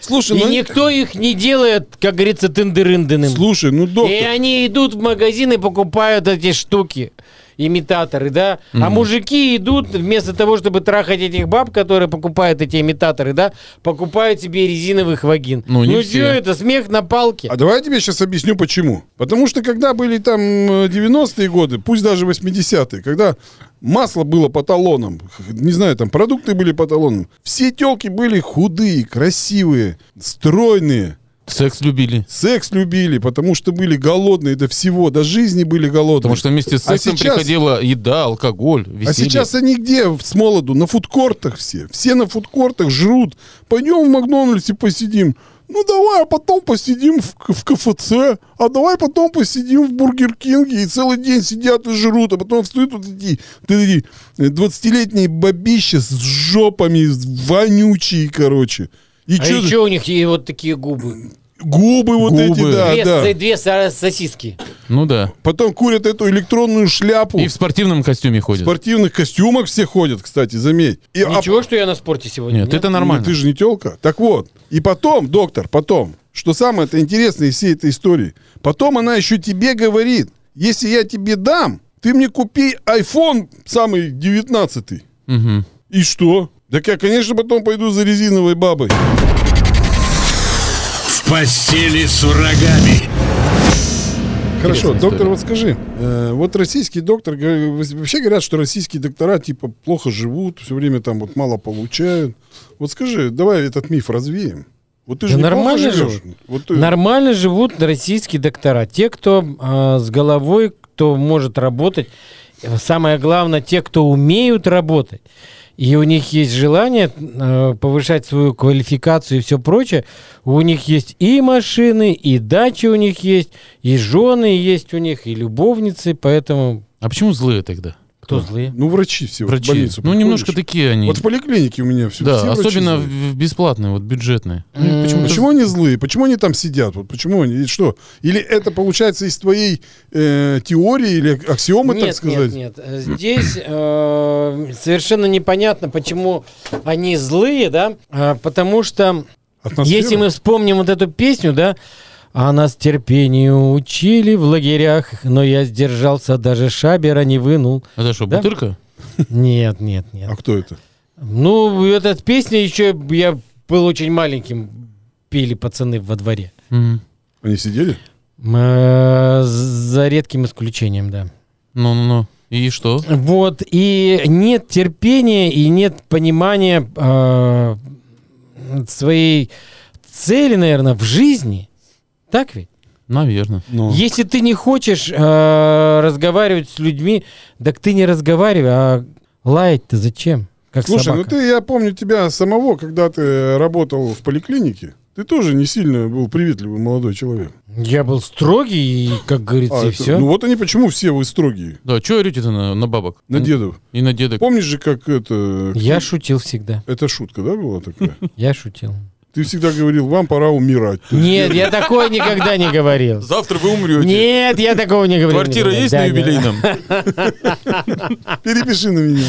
[SPEAKER 3] Слушай,
[SPEAKER 4] И
[SPEAKER 3] ну,
[SPEAKER 4] никто их не делает, как говорится, тындерындыным.
[SPEAKER 3] слушай, ну доктор.
[SPEAKER 4] И они идут в магазин и покупают эти штуки, имитаторы, да? А мужики идут, вместо того, чтобы трахать этих баб, которые покупают эти имитаторы, да, покупают себе резиновых вагин.
[SPEAKER 2] Ну, не все.
[SPEAKER 4] чё это, смех на палке.
[SPEAKER 3] А давай я тебе сейчас объясню, почему. Потому что когда были там э, 90-е годы, пусть даже 80-е, когда масло было по талонам, х- не знаю, там продукты были по талонам, все телки были худые, красивые, стройные,
[SPEAKER 2] Секс любили.
[SPEAKER 3] секс любили, потому что были голодные до всего, до жизни были голодные.
[SPEAKER 2] Потому что вместе с
[SPEAKER 3] А
[SPEAKER 2] сексом
[SPEAKER 3] сейчас-
[SPEAKER 2] приходила еда, алкоголь, веселье.
[SPEAKER 3] А сейчас они где в- с молоду? На фудкортах все. Все на фудкортах жрут. Пойдем в Макдональдсе посидим. ну давай, а потом посидим в, к- в КФЦ, а давай потом посидим в Бургер Кинге, и целый день сидят и жрут, а потом встают вот эти, вот эти 20-летние бабища с жопами с- вонючие, короче. И
[SPEAKER 4] А
[SPEAKER 3] чё за-
[SPEAKER 4] еще у них и вот такие губы.
[SPEAKER 3] губы вот
[SPEAKER 2] Губы.
[SPEAKER 3] эти, да,
[SPEAKER 4] две,
[SPEAKER 3] А, да.
[SPEAKER 4] со- две со- сосиски.
[SPEAKER 2] Ну да.
[SPEAKER 3] Потом курят эту электронную шляпу.
[SPEAKER 2] И в спортивном костюме
[SPEAKER 3] В
[SPEAKER 2] ходят.
[SPEAKER 3] спортивных костюмах все ходят, кстати, заметь. И, а
[SPEAKER 4] Ничего, что я на спорте сегодня.
[SPEAKER 2] Нет, это нормально.
[SPEAKER 3] Ну, ты же не телка. Так вот. И потом, доктор, потом, что самое-то интересное из всей этой истории, потом она еще тебе говорит, если я тебе дам, ты мне купи iPhone самый 19
[SPEAKER 2] Мгм.
[SPEAKER 3] И что? Так я, конечно, потом пойду за резиновой бабой.
[SPEAKER 1] В постели с врагами.
[SPEAKER 3] Хорошо,
[SPEAKER 2] Интересная
[SPEAKER 3] доктор,
[SPEAKER 2] история.
[SPEAKER 3] вот скажи, э, вот российский доктор, г- вообще говорят, что российские доктора типа плохо живут, все время там вот мало получают. Вот скажи, давай этот миф развеем. Вот ты
[SPEAKER 4] Да
[SPEAKER 3] же неплохо
[SPEAKER 4] нормально
[SPEAKER 3] живешь.
[SPEAKER 4] живут.
[SPEAKER 3] Вот ты-
[SPEAKER 4] Нормально живут российские доктора. Те, кто а, с головой, кто может работать. Самое главное, те, кто умеют работать. И у них есть желание э, повышать свою квалификацию и все прочее. У них есть и машины, и дачи у них есть, и жены есть у них, и любовницы. Поэтому
[SPEAKER 2] А почему злые тогда?
[SPEAKER 4] кто злые?
[SPEAKER 3] Ну, врачи все.
[SPEAKER 2] Врачи.
[SPEAKER 3] В больницу
[SPEAKER 2] ну,
[SPEAKER 3] приходишь.
[SPEAKER 2] немножко такие они.
[SPEAKER 3] Вот в поликлинике у меня все.
[SPEAKER 2] да, особенно в, в бесплатные, вот бюджетные. Ну, и почему-то
[SPEAKER 3] Почему они злые? Почему они там сидят? Вот почему они? И что? Или это получается из твоей э, теории или аксиомы, так
[SPEAKER 4] Нет,
[SPEAKER 3] сказать?
[SPEAKER 4] нет, нет. Э, Здесь э, совершенно непонятно, почему они злые, да? А, потому что
[SPEAKER 3] Атмосфера?
[SPEAKER 4] Если мы вспомним вот эту песню, да, а нас терпению учили в лагерях, но я сдержался, даже шабера не вынул.
[SPEAKER 2] Это А что,
[SPEAKER 4] Да?
[SPEAKER 2] бутырка?
[SPEAKER 4] Нет, нет,
[SPEAKER 3] А
[SPEAKER 4] нет.
[SPEAKER 3] кто это?
[SPEAKER 4] Ну, эта песня еще я был очень маленьким, пели пацаны во дворе.
[SPEAKER 2] Мгм.
[SPEAKER 3] Они сидели?
[SPEAKER 4] Э, За редким исключением, да.
[SPEAKER 2] Ну-ну-ну. Ну, И что?
[SPEAKER 4] Вот, и нет терпения, и нет понимания э, своей цели, наверное, в жизни. Так ведь?
[SPEAKER 2] Наверное.
[SPEAKER 3] Ну.
[SPEAKER 4] Если ты не хочешь э, разговаривать с людьми, так ты не разговаривай, а лаять-то зачем? Как
[SPEAKER 3] Слушай,
[SPEAKER 4] собака.
[SPEAKER 3] ну ты, я помню тебя самого, когда ты работал в поликлинике. Ты тоже не сильно был приветливый молодой человек.
[SPEAKER 4] Я был строгий, и, как говорится,
[SPEAKER 3] А,
[SPEAKER 4] и
[SPEAKER 3] это-
[SPEAKER 4] все.
[SPEAKER 3] Ну вот они почему все вы строгие.
[SPEAKER 2] Да, что орете-то на, на бабок?
[SPEAKER 3] На дедов.
[SPEAKER 2] И на дедок.
[SPEAKER 3] Помнишь же, как это...
[SPEAKER 4] Я шутил всегда.
[SPEAKER 3] Это шутка, да, была такая?
[SPEAKER 4] Я шутил.
[SPEAKER 3] Ты всегда говорил, вам пора умирать. То есть
[SPEAKER 4] Нет, я такое никогда
[SPEAKER 3] *laughs*
[SPEAKER 4] не говорил.
[SPEAKER 2] Завтра вы умрете.
[SPEAKER 4] Нет, я такого не говорил.
[SPEAKER 2] Квартира
[SPEAKER 4] никогда.
[SPEAKER 2] есть
[SPEAKER 4] Да,
[SPEAKER 2] на
[SPEAKER 4] не- *laughs*
[SPEAKER 2] юбилейном?
[SPEAKER 3] Перепиши на меня.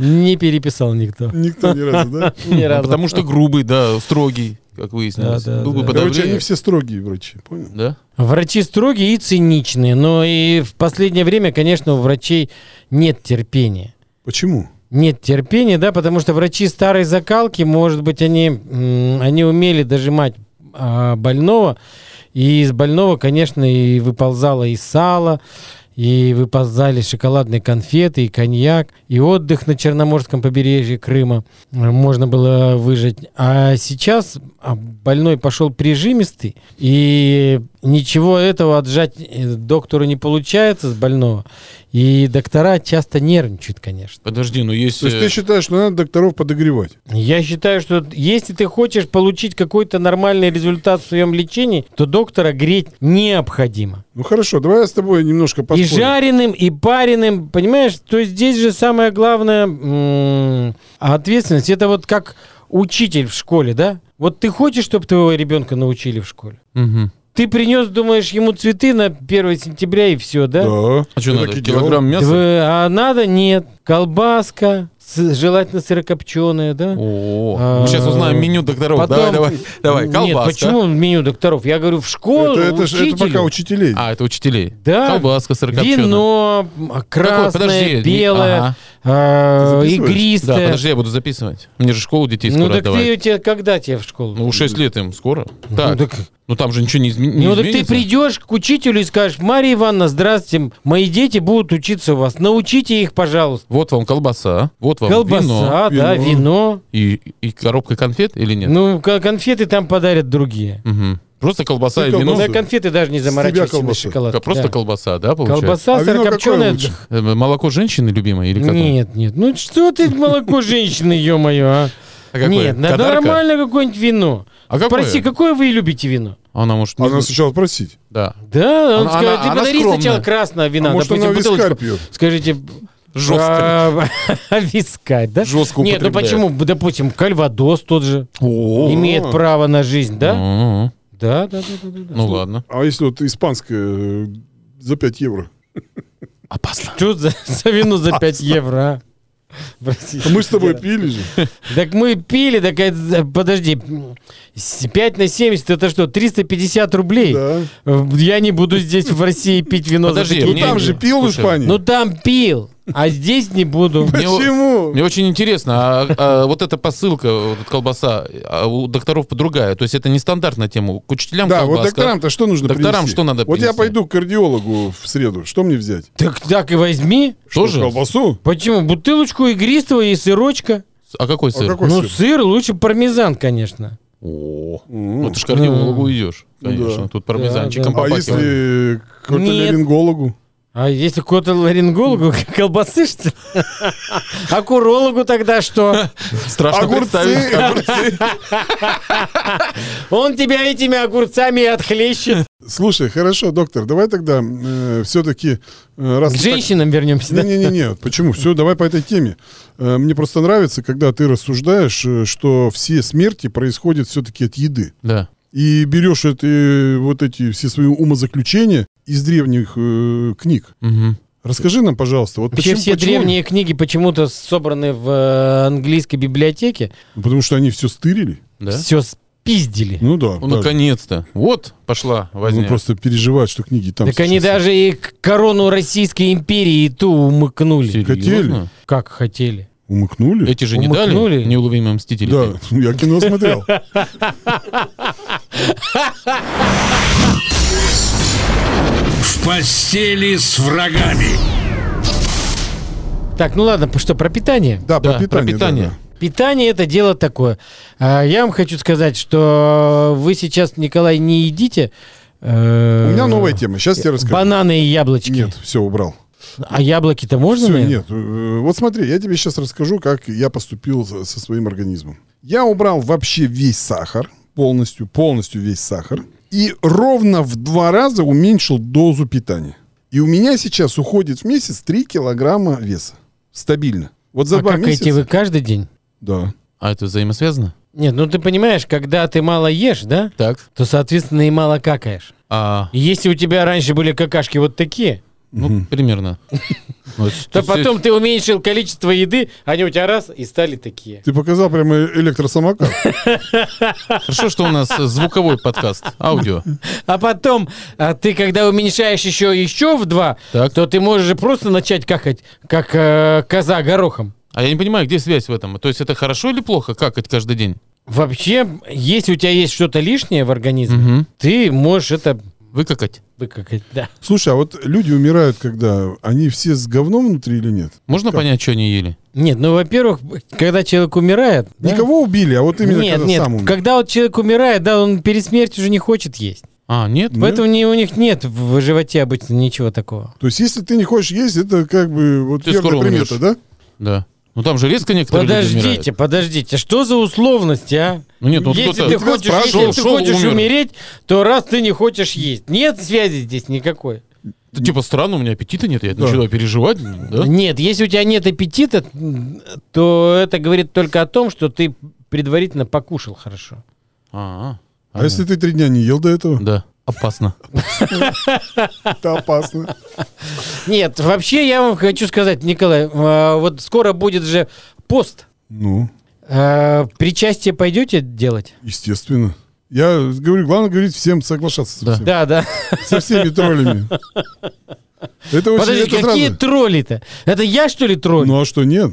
[SPEAKER 4] Не переписал никто.
[SPEAKER 3] Никто *laughs* ни
[SPEAKER 2] *laughs*
[SPEAKER 3] разу, да?
[SPEAKER 4] Ни разу.
[SPEAKER 2] Потому что грубый, да, строгий, как выяснилось.
[SPEAKER 4] Да, да,
[SPEAKER 2] Был бы
[SPEAKER 4] да.
[SPEAKER 3] Короче,
[SPEAKER 2] подавление.
[SPEAKER 3] они все строгие врачи, понял?
[SPEAKER 2] Да?
[SPEAKER 4] Врачи строгие и циничные, но и в последнее время, конечно, у врачей нет терпения.
[SPEAKER 3] Почему?
[SPEAKER 4] нет терпения, да, потому что врачи старой закалки, может быть, они, м, они умели дожимать а, больного, и из больного, конечно, и выползало и сало, и выползали шоколадные конфеты, и коньяк, и отдых на Черноморском побережье Крыма э, можно было выжить. А сейчас а, больной пошел прижимистый, и ничего этого отжать э, доктору не получается с больного. И доктора часто нервничают, конечно.
[SPEAKER 2] Подожди, ну есть...
[SPEAKER 3] То есть
[SPEAKER 2] э,
[SPEAKER 3] ты считаешь, что надо докторов подогревать?
[SPEAKER 4] Я считаю, что если ты хочешь получить какой-то нормальный результат в своем лечении, то доктора греть необходимо.
[SPEAKER 3] Ну хорошо, давай я с тобой немножко
[SPEAKER 4] И
[SPEAKER 3] поспорим.
[SPEAKER 4] жареным, и пареным, понимаешь? То есть здесь же самое главное м, ответственность. Это вот как учитель в школе, да? Вот ты хочешь, чтобы твоего ребенка научили в школе?
[SPEAKER 2] мгм.
[SPEAKER 4] Ты принес, думаешь, ему цветы на 1 сентября и все, да?
[SPEAKER 3] Да.
[SPEAKER 2] А что
[SPEAKER 3] Я
[SPEAKER 2] надо?
[SPEAKER 3] так и делал.
[SPEAKER 2] Килограмм мяса?
[SPEAKER 4] Тв- А надо? Нет. Колбаска, с- желательно сырокопченая, да?
[SPEAKER 2] О, мы
[SPEAKER 4] А,
[SPEAKER 2] сейчас узнаем меню докторов.
[SPEAKER 4] потом-
[SPEAKER 2] Давай, давай, давай, колбаска.
[SPEAKER 4] Нет, почему в меню докторов? Я говорю, в школу,
[SPEAKER 3] Это, это, ж- это
[SPEAKER 4] учителю.
[SPEAKER 3] пока учителей.
[SPEAKER 2] А, это учителей.
[SPEAKER 4] Да.
[SPEAKER 2] Колбаска сырокопченая.
[SPEAKER 4] Вино м,
[SPEAKER 2] Какое?
[SPEAKER 4] красное,
[SPEAKER 2] Подожди, не-
[SPEAKER 4] белое,
[SPEAKER 2] ага.
[SPEAKER 4] а,
[SPEAKER 3] Ты записываешь?
[SPEAKER 2] Да,
[SPEAKER 4] игристое.
[SPEAKER 2] подожди, я буду записывать. Мне же школу детей
[SPEAKER 4] ну
[SPEAKER 2] скоро
[SPEAKER 4] так
[SPEAKER 2] отдавать.
[SPEAKER 4] ты тебе когда тебе в школу?
[SPEAKER 2] Ну, 6 лет им скоро.
[SPEAKER 4] Ну,
[SPEAKER 2] так.
[SPEAKER 4] так-
[SPEAKER 2] Ну, там же ничего не, изме- не
[SPEAKER 4] Ну так ты
[SPEAKER 2] изменится.
[SPEAKER 4] придешь к учителю и скажешь, Мария Ивановна, здравствуйте, мои дети будут учиться у вас, научите их, пожалуйста.
[SPEAKER 2] Вот вам колбаса, вот вам вино.
[SPEAKER 4] Колбаса, да,
[SPEAKER 3] вино.
[SPEAKER 4] вино.
[SPEAKER 2] И, и коробка конфет или нет?
[SPEAKER 4] Ну, к- конфеты там подарят другие.
[SPEAKER 2] Мгм. Просто колбаса
[SPEAKER 3] Ты
[SPEAKER 2] и
[SPEAKER 3] колбасу.
[SPEAKER 2] вино.
[SPEAKER 4] На конфеты даже не заморачивайся на
[SPEAKER 3] колбаса.
[SPEAKER 4] шоколад.
[SPEAKER 2] Просто
[SPEAKER 4] да.
[SPEAKER 2] колбаса, да, получается?
[SPEAKER 4] Колбаса
[SPEAKER 3] А вино какое
[SPEAKER 4] сырокопченая,
[SPEAKER 3] лучше?
[SPEAKER 2] Э, Молоко женщины любимое или как? оно?
[SPEAKER 4] Нет, нет. Ну что ты молоко женщины, ё-моё, а?
[SPEAKER 2] А какое?
[SPEAKER 4] Нет, надо
[SPEAKER 2] Кодарка?
[SPEAKER 4] нормально какое-нибудь вино.
[SPEAKER 2] А какое?
[SPEAKER 4] Спроси, какое вы любите вино?
[SPEAKER 2] Она может... не
[SPEAKER 3] Она
[SPEAKER 2] знает.
[SPEAKER 3] сначала просить.
[SPEAKER 2] Да.
[SPEAKER 4] Да, он
[SPEAKER 2] Она-
[SPEAKER 4] скажет,
[SPEAKER 2] она-
[SPEAKER 4] ты
[SPEAKER 2] она
[SPEAKER 4] подари
[SPEAKER 2] скромная.
[SPEAKER 4] сначала красного вина,
[SPEAKER 3] А может,
[SPEAKER 4] допустим,
[SPEAKER 3] она вискарь
[SPEAKER 4] бутылочку.
[SPEAKER 3] пьет?
[SPEAKER 4] Скажите,
[SPEAKER 2] Жестко.
[SPEAKER 4] а, *laughs* вискарь, да?
[SPEAKER 2] Жестко
[SPEAKER 4] Нет, ну
[SPEAKER 2] употребляет.
[SPEAKER 4] почему? Допустим, Кальвадос тот же
[SPEAKER 2] О. Ну.
[SPEAKER 4] имеет право на жизнь, да?
[SPEAKER 2] О.
[SPEAKER 4] Да, да, да, да, да, да.
[SPEAKER 2] Ну ладно.
[SPEAKER 3] А если вот испанская э, за 5 евро?
[SPEAKER 2] Опасно.
[SPEAKER 4] Что за, за
[SPEAKER 2] *laughs*
[SPEAKER 4] вино за 5 евро, а? В России.
[SPEAKER 3] Мы с тобой пили же.
[SPEAKER 4] Так мы пили, так это- э, подожди, 5 на 70 это что, 350 рублей? Э,
[SPEAKER 3] Да.
[SPEAKER 4] Я не буду здесь в России пить вино
[SPEAKER 2] Подожди,
[SPEAKER 4] за такие
[SPEAKER 3] Ну
[SPEAKER 2] мне-
[SPEAKER 4] деньги.
[SPEAKER 3] там же пил в
[SPEAKER 2] Слушай,
[SPEAKER 3] Испании.
[SPEAKER 4] Ну там пил, а здесь
[SPEAKER 2] *laughs*
[SPEAKER 4] не буду.
[SPEAKER 2] мне-
[SPEAKER 3] Почему?
[SPEAKER 2] Мне очень интересно, а, а вот эта посылка, вот эта колбаса, а у докторов другая. То есть это не стандартная тема. К учителям
[SPEAKER 3] Да,
[SPEAKER 2] колбаска.
[SPEAKER 3] вот докторам-то что нужно
[SPEAKER 2] Докторам
[SPEAKER 3] принести?
[SPEAKER 2] что надо
[SPEAKER 3] Вот я
[SPEAKER 2] принести?
[SPEAKER 3] пойду к кардиологу в среду. Что мне взять?
[SPEAKER 4] Так так и возьми.
[SPEAKER 2] Тоже?
[SPEAKER 3] Что, Колбасу?
[SPEAKER 4] Почему? Бутылочку игристого и сырочка.
[SPEAKER 2] А какой
[SPEAKER 3] А
[SPEAKER 2] сыр?
[SPEAKER 3] какой
[SPEAKER 4] ну,
[SPEAKER 3] сыр?
[SPEAKER 4] сыр? лучше пармезан, конечно.
[SPEAKER 2] О,
[SPEAKER 3] М.
[SPEAKER 2] вот ты ж к кардиологу
[SPEAKER 4] Да.
[SPEAKER 2] уйдешь, конечно.
[SPEAKER 3] Да.
[SPEAKER 2] Тут пармезанчиком
[SPEAKER 4] Да,
[SPEAKER 3] Ну, А
[SPEAKER 2] попахивает.
[SPEAKER 3] если к
[SPEAKER 4] Нет.
[SPEAKER 3] отоларингологу?
[SPEAKER 4] А если какой-то ларингологу *laughs* колбасы, что ли? *laughs* А к урологу
[SPEAKER 2] *laughs*
[SPEAKER 4] тогда что?
[SPEAKER 2] Страшно представить.
[SPEAKER 3] Огурцы, огурцы.
[SPEAKER 4] Он тебя этими огурцами и отхлещет.
[SPEAKER 3] *laughs* Слушай, хорошо, доктор, давай тогда все-таки раз...
[SPEAKER 4] К
[SPEAKER 3] ты так-
[SPEAKER 4] женщинам вернемся. да?
[SPEAKER 3] Не-не-не, почему? Все, давай по этой теме. Э, Мне просто нравится, когда ты рассуждаешь, э, что все смерти происходят все-таки от еды.
[SPEAKER 2] Да.
[SPEAKER 3] И берешь это, вот эти все свои умозаключения из древних э, книг.
[SPEAKER 2] Мгм.
[SPEAKER 3] Расскажи нам, пожалуйста, вот
[SPEAKER 4] Вообще
[SPEAKER 3] почему,
[SPEAKER 4] все
[SPEAKER 3] почему-
[SPEAKER 4] древние книги почему-то собраны в э, английской библиотеке.
[SPEAKER 3] Потому что они все стырили.
[SPEAKER 2] Да?
[SPEAKER 4] Все спиздили.
[SPEAKER 3] Ну да.
[SPEAKER 2] Ну,
[SPEAKER 3] да.
[SPEAKER 2] наконец-то. Вот пошла
[SPEAKER 3] Ну,
[SPEAKER 2] возня.
[SPEAKER 3] просто переживают, что книги там
[SPEAKER 4] так они
[SPEAKER 3] сейчас-
[SPEAKER 4] даже и к- корону Российской империи и ту умыкнули.
[SPEAKER 2] Серьезно?
[SPEAKER 4] Как хотели.
[SPEAKER 3] умыкнули.
[SPEAKER 2] Эти же не
[SPEAKER 4] Умыкнули?
[SPEAKER 2] дали неуловимые мстители.
[SPEAKER 3] Да, ну, я кино
[SPEAKER 4] *laughs*
[SPEAKER 3] смотрел.
[SPEAKER 1] В постели с врагами.
[SPEAKER 4] Так, ну ладно, п- что, про питание?
[SPEAKER 3] Да,
[SPEAKER 2] Да,
[SPEAKER 3] про
[SPEAKER 2] про
[SPEAKER 3] питание. да,
[SPEAKER 2] питание.
[SPEAKER 3] да.
[SPEAKER 4] Питание это дело такое. А, Я вам хочу сказать, что вы сейчас, Николай, не едите. У Э,
[SPEAKER 3] У меня новая тема. Сейчас я расскажу.
[SPEAKER 4] Бананы и яблочки.
[SPEAKER 3] Нет, все, убрал.
[SPEAKER 4] А яблоки-то можно?
[SPEAKER 3] Всё,
[SPEAKER 4] наверное?
[SPEAKER 3] нет. Э, Вот смотри, я тебе сейчас расскажу, как я поступил со со своим организмом. Я убрал вообще весь сахар, полностью, полностью весь сахар, и ровно в два раза уменьшил дозу питания. И у меня сейчас уходит в месяц 3 килограмма веса. Стабильно. Вот за
[SPEAKER 4] а
[SPEAKER 3] два
[SPEAKER 4] как
[SPEAKER 3] месяца...
[SPEAKER 4] эти вы каждый день?
[SPEAKER 3] Да.
[SPEAKER 2] А это взаимосвязано?
[SPEAKER 4] Нет, ну ты понимаешь, когда ты мало ешь, да,
[SPEAKER 2] Так.
[SPEAKER 4] то, соответственно, и мало какаешь.
[SPEAKER 2] А,
[SPEAKER 4] И Если у тебя раньше были какашки вот такие,
[SPEAKER 2] ну, примерно. Ну, это- то
[SPEAKER 4] то потом
[SPEAKER 2] есть-
[SPEAKER 4] ты уменьшил количество еды, они у тебя раз и стали такие.
[SPEAKER 3] Ты показал прямо
[SPEAKER 4] *laughs*
[SPEAKER 3] электросамокат.
[SPEAKER 2] Хорошо, что у нас э, звуковой подкаст, аудио.
[SPEAKER 4] А потом, а ты когда уменьшаешь еще еще в два,
[SPEAKER 2] Так.
[SPEAKER 4] то ты можешь же просто начать какать, как э, коза горохом.
[SPEAKER 2] А я не понимаю, где связь в этом? То есть это хорошо или плохо, как это каждый день?
[SPEAKER 4] Вообще, если у тебя есть что-то лишнее в организме,
[SPEAKER 2] Мгм.
[SPEAKER 4] ты можешь это
[SPEAKER 2] Выкакать?
[SPEAKER 4] выкакать, да.
[SPEAKER 3] Слушай, а вот люди умирают, когда они все с говном внутри или нет?
[SPEAKER 2] Можно понять, что они ели?
[SPEAKER 4] Нет, ну, во-первых, когда человек умирает... да?
[SPEAKER 3] Никого убили, а вот именно
[SPEAKER 4] нет,
[SPEAKER 3] когда
[SPEAKER 4] нет,
[SPEAKER 3] сам умер.
[SPEAKER 4] когда вот человек умирает, да, он перед смертью уже не хочет есть.
[SPEAKER 2] А, нет?
[SPEAKER 3] Ну.
[SPEAKER 4] Поэтому не, у них нет в животе обычно ничего такого.
[SPEAKER 3] То есть, если ты не хочешь есть, это как бы вот
[SPEAKER 2] Ты
[SPEAKER 3] верная
[SPEAKER 2] скоро
[SPEAKER 3] примета,
[SPEAKER 2] умрешь.
[SPEAKER 3] да?
[SPEAKER 2] Да. Ну там же резко некоторые люди умирают.
[SPEAKER 4] Подождите, подождите, что за условности, а?
[SPEAKER 2] Ну нет, ну вот
[SPEAKER 4] если
[SPEAKER 2] кто-то-
[SPEAKER 4] ты
[SPEAKER 2] Тебя
[SPEAKER 4] хочешь,
[SPEAKER 2] спрашивал,
[SPEAKER 4] если ты
[SPEAKER 2] шел,
[SPEAKER 4] хочешь
[SPEAKER 2] умер.
[SPEAKER 4] умереть, то раз ты не хочешь есть. Нет связи здесь никакой.
[SPEAKER 2] Это типа странно, у меня аппетита нет, я
[SPEAKER 3] Да.
[SPEAKER 2] начинаю переживать. Да?
[SPEAKER 4] Нет, если у тебя нет аппетита, то это говорит только о том, что ты предварительно покушал хорошо.
[SPEAKER 2] А,
[SPEAKER 3] А если ты три дня не ел до этого,
[SPEAKER 2] Да, опасно.
[SPEAKER 3] это опасно.
[SPEAKER 4] Нет, вообще я вам хочу сказать, Николай, э, вот скоро будет же пост.
[SPEAKER 3] Ну,
[SPEAKER 4] Э, Причастие пойдете делать?
[SPEAKER 3] естественно. Я говорю, главное говорить всем соглашаться со,
[SPEAKER 2] Да.
[SPEAKER 3] всем.
[SPEAKER 4] Да, да.
[SPEAKER 3] со всеми троллями. Это очень
[SPEAKER 4] Подожди,
[SPEAKER 3] это
[SPEAKER 4] какие
[SPEAKER 3] сразу.
[SPEAKER 4] тролли-то? Это я, что ли, тролль?
[SPEAKER 3] Ну а что нет?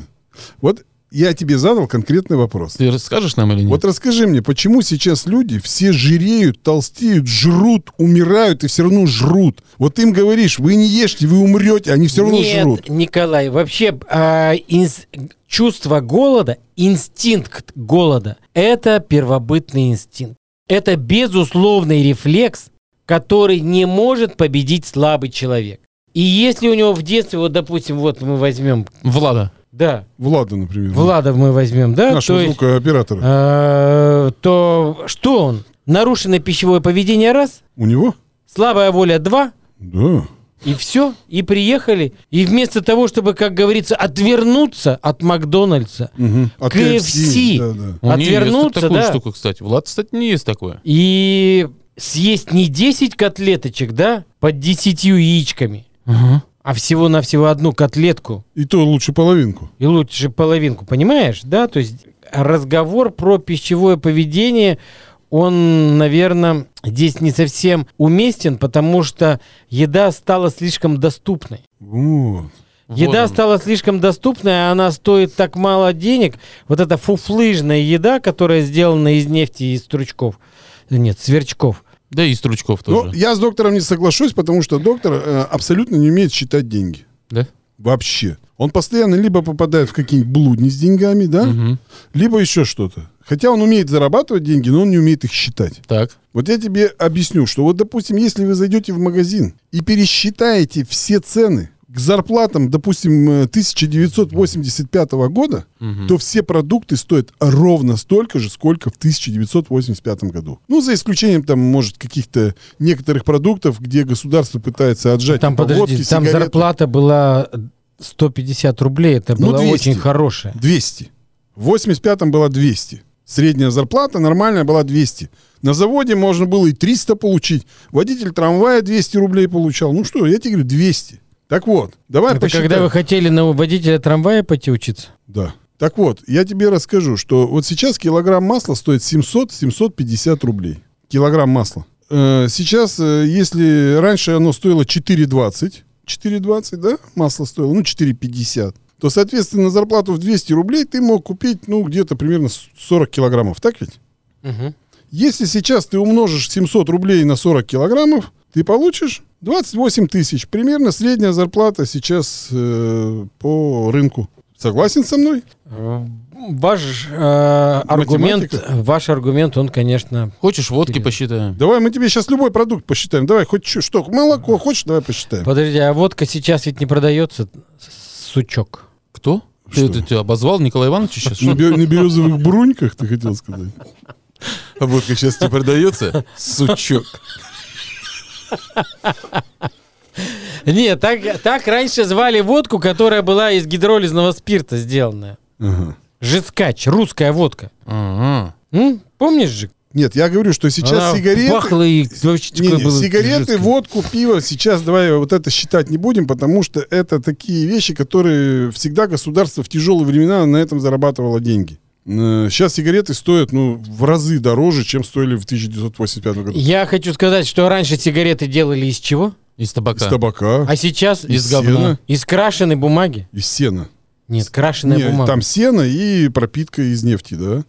[SPEAKER 3] Вот я тебе задал конкретный вопрос.
[SPEAKER 2] Ты расскажешь нам или нет?
[SPEAKER 3] Вот расскажи мне, почему сейчас люди все жиреют, толстеют, жрут, умирают и все равно жрут? Вот им говоришь, вы не ешьте, вы умрете, они все равно
[SPEAKER 4] Нет,
[SPEAKER 3] жрут.
[SPEAKER 4] Николай, вообще а, инс- чувство голода, инстинкт голода – это первобытный инстинкт. Это безусловный рефлекс, который не может победить слабый человек. И если у него в детстве, вот, допустим, вот мы возьмем
[SPEAKER 2] Влада.
[SPEAKER 4] Да.
[SPEAKER 3] Влада, например.
[SPEAKER 4] Влада мы возьмем, да?
[SPEAKER 3] Нашего
[SPEAKER 4] То есть,
[SPEAKER 3] звукооператора.
[SPEAKER 4] э, то что он? Нарушенное пищевое поведение раз,
[SPEAKER 3] У него?
[SPEAKER 4] слабая воля два,
[SPEAKER 3] Да.
[SPEAKER 4] и все, и приехали. И вместо того, чтобы, как говорится, отвернуться от Макдональдса,
[SPEAKER 3] Мгм. От
[SPEAKER 4] KFC.
[SPEAKER 3] Да, да.
[SPEAKER 2] У нее есть тут
[SPEAKER 4] отвернуться,
[SPEAKER 2] такую
[SPEAKER 4] да.
[SPEAKER 2] штуку, кстати. Влад, кстати, не есть такое.
[SPEAKER 4] и съесть не 10 котлеточек, да, под 10 яичками, а всего-навсего одну котлетку
[SPEAKER 3] И то лучше половинку.
[SPEAKER 4] и лучше половинку, понимаешь, да? То есть разговор про пищевое поведение, он, наверное, здесь не совсем уместен, потому что еда стала слишком доступной.
[SPEAKER 3] Вот.
[SPEAKER 4] Еда
[SPEAKER 2] Вот он.
[SPEAKER 4] стала слишком доступной, а она стоит так мало денег. Вот эта фуфлыжная еда, которая сделана из нефти и из стручков, нет, сверчков,
[SPEAKER 2] Да и стручков тоже.
[SPEAKER 3] Но я с доктором не соглашусь, потому что доктор э, абсолютно не умеет считать деньги.
[SPEAKER 2] Да?
[SPEAKER 3] Вообще. Он постоянно либо попадает в какие-нибудь блудни с деньгами, да,
[SPEAKER 2] Мгм.
[SPEAKER 3] либо еще что-то. Хотя он умеет зарабатывать деньги, но он не умеет их считать.
[SPEAKER 2] Так.
[SPEAKER 3] Вот я тебе объясню, что вот, допустим, если вы зайдете в магазин и пересчитаете все цены к зарплатам, допустим, э, 1985 года, то все продукты стоят ровно столько же, сколько в 1985 году. Ну, за исключением, там, может, каких-то некоторых продуктов, где государство пытается отжать
[SPEAKER 4] Там,
[SPEAKER 3] типа,
[SPEAKER 4] подожди,
[SPEAKER 3] водки,
[SPEAKER 4] там
[SPEAKER 3] сигареты.
[SPEAKER 4] зарплата была 150 рублей, это
[SPEAKER 3] Ну,
[SPEAKER 4] была
[SPEAKER 3] 200.
[SPEAKER 4] очень хорошая.
[SPEAKER 3] 200. В 85-м была 200. Средняя зарплата нормальная была 200. На заводе можно было и 300 получить. Водитель трамвая 200 рублей получал. Ну что, я тебе говорю, 200. Так вот, давай
[SPEAKER 4] Это
[SPEAKER 3] посчитаем.
[SPEAKER 4] когда вы хотели на водителя трамвая пойти учиться?
[SPEAKER 3] Да. Так вот, я тебе расскажу, что вот сейчас килограмм масла стоит 700-750 рублей. Килограмм масла. Э, Сейчас, э, если раньше оно стоило 4,20, 4,20, да, масло стоило, ну, 4,50, то, соответственно, на зарплату в 200 рублей ты мог купить, ну, где-то примерно с- 40 килограммов, так ведь? Если сейчас ты умножишь 700 рублей на 40 килограммов, ты получишь 28 тысяч. Примерно средняя зарплата сейчас э, по рынку. Согласен со мной?
[SPEAKER 4] Э, Ваш э, аргумент, ваш аргумент, он, конечно,
[SPEAKER 2] Хочешь, водки
[SPEAKER 4] Интересно.
[SPEAKER 2] посчитаем?
[SPEAKER 3] Давай мы тебе сейчас любой продукт посчитаем. Давай, хоть чё- что, молоко хочешь, давай посчитаем.
[SPEAKER 4] подожди, а водка сейчас ведь не продается, сучок.
[SPEAKER 2] Кто? Ты,
[SPEAKER 3] Что?
[SPEAKER 2] ты- ты обозвал Николая Ивановича сейчас?
[SPEAKER 3] На, бе- на березовых бруньках, ты хотел сказать.
[SPEAKER 2] А Водка сейчас не продается? Сучок.
[SPEAKER 4] Нет, так, так раньше звали водку, которая была из гидролизного спирта сделанная.
[SPEAKER 3] Ага.
[SPEAKER 4] Жискач, русская водка.
[SPEAKER 2] А, Ага.
[SPEAKER 4] М? Помнишь же?
[SPEAKER 3] Нет, я говорю, что сейчас
[SPEAKER 4] Она
[SPEAKER 3] сигареты...
[SPEAKER 4] пахла и вообще
[SPEAKER 3] Не,
[SPEAKER 4] такое
[SPEAKER 3] не,
[SPEAKER 4] было
[SPEAKER 3] сигареты,
[SPEAKER 4] жидкое.
[SPEAKER 3] водку, пиво. Сейчас давай вот это считать не будем, потому что это такие вещи, которые всегда государство в тяжелые времена на этом зарабатывало деньги. Э, Сейчас сигареты стоят ну, в разы дороже, чем стоили в 1985 году.
[SPEAKER 4] Я хочу сказать, что раньше сигареты делали из чего?
[SPEAKER 2] Из табака.
[SPEAKER 3] Из табака,
[SPEAKER 4] А сейчас
[SPEAKER 2] Из
[SPEAKER 4] из,
[SPEAKER 2] говна.
[SPEAKER 3] сена.
[SPEAKER 4] крашеной бумаги.
[SPEAKER 3] из сена.
[SPEAKER 4] Нет, крашеная
[SPEAKER 3] Не,
[SPEAKER 4] бумага.
[SPEAKER 3] там сено и пропитка из нефти, да?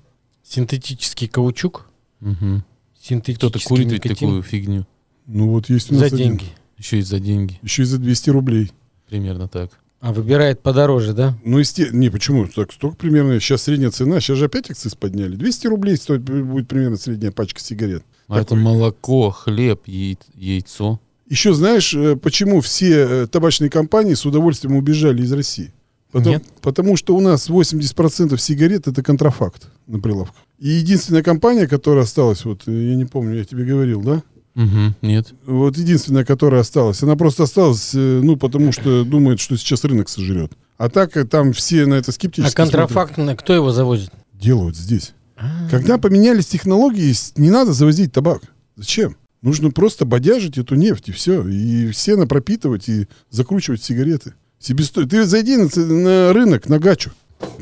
[SPEAKER 4] Синтетический каучук.
[SPEAKER 2] Мгм.
[SPEAKER 4] Синтетический
[SPEAKER 2] Кто-то курит ведь
[SPEAKER 4] никотин.
[SPEAKER 2] такую фигню.
[SPEAKER 3] Ну вот есть у нас
[SPEAKER 4] За
[SPEAKER 3] один.
[SPEAKER 4] деньги.
[SPEAKER 2] Еще и за деньги.
[SPEAKER 3] Еще и за 200 рублей.
[SPEAKER 2] Примерно так.
[SPEAKER 4] А выбирает подороже, да?
[SPEAKER 3] Ну, исте... не, почему? Так столько примерно. Сейчас средняя цена. Сейчас же опять акциз подняли. 200 рублей стоит, э, будет примерно средняя пачка сигарет.
[SPEAKER 2] А это
[SPEAKER 3] Такой.
[SPEAKER 2] молоко, хлеб, яй- яйцо.
[SPEAKER 3] Еще знаешь, э, почему все э, табачные компании с удовольствием убежали из России? Потом-
[SPEAKER 4] Нет.
[SPEAKER 3] Потому что у нас 80% сигарет это контрафакт на прилавках. И единственная компания, которая осталась, вот э, я не помню, я тебе говорил, да?
[SPEAKER 2] Мгм. Нет.
[SPEAKER 3] Вот единственная, которая осталась. Она просто осталась, э, ну, потому что думает, что сейчас рынок сожрет. А так э, там все на это скептически
[SPEAKER 4] А контрафакт, А. на- кто его завозит?
[SPEAKER 3] смотрят. делают здесь. Когда поменялись технологии, с- не надо завозить табак. Зачем? Нужно просто бодяжить эту нефть, и все. И все напропитывать, и закручивать сигареты. Себесто... Ты зайди на, ц- на рынок, на гачу.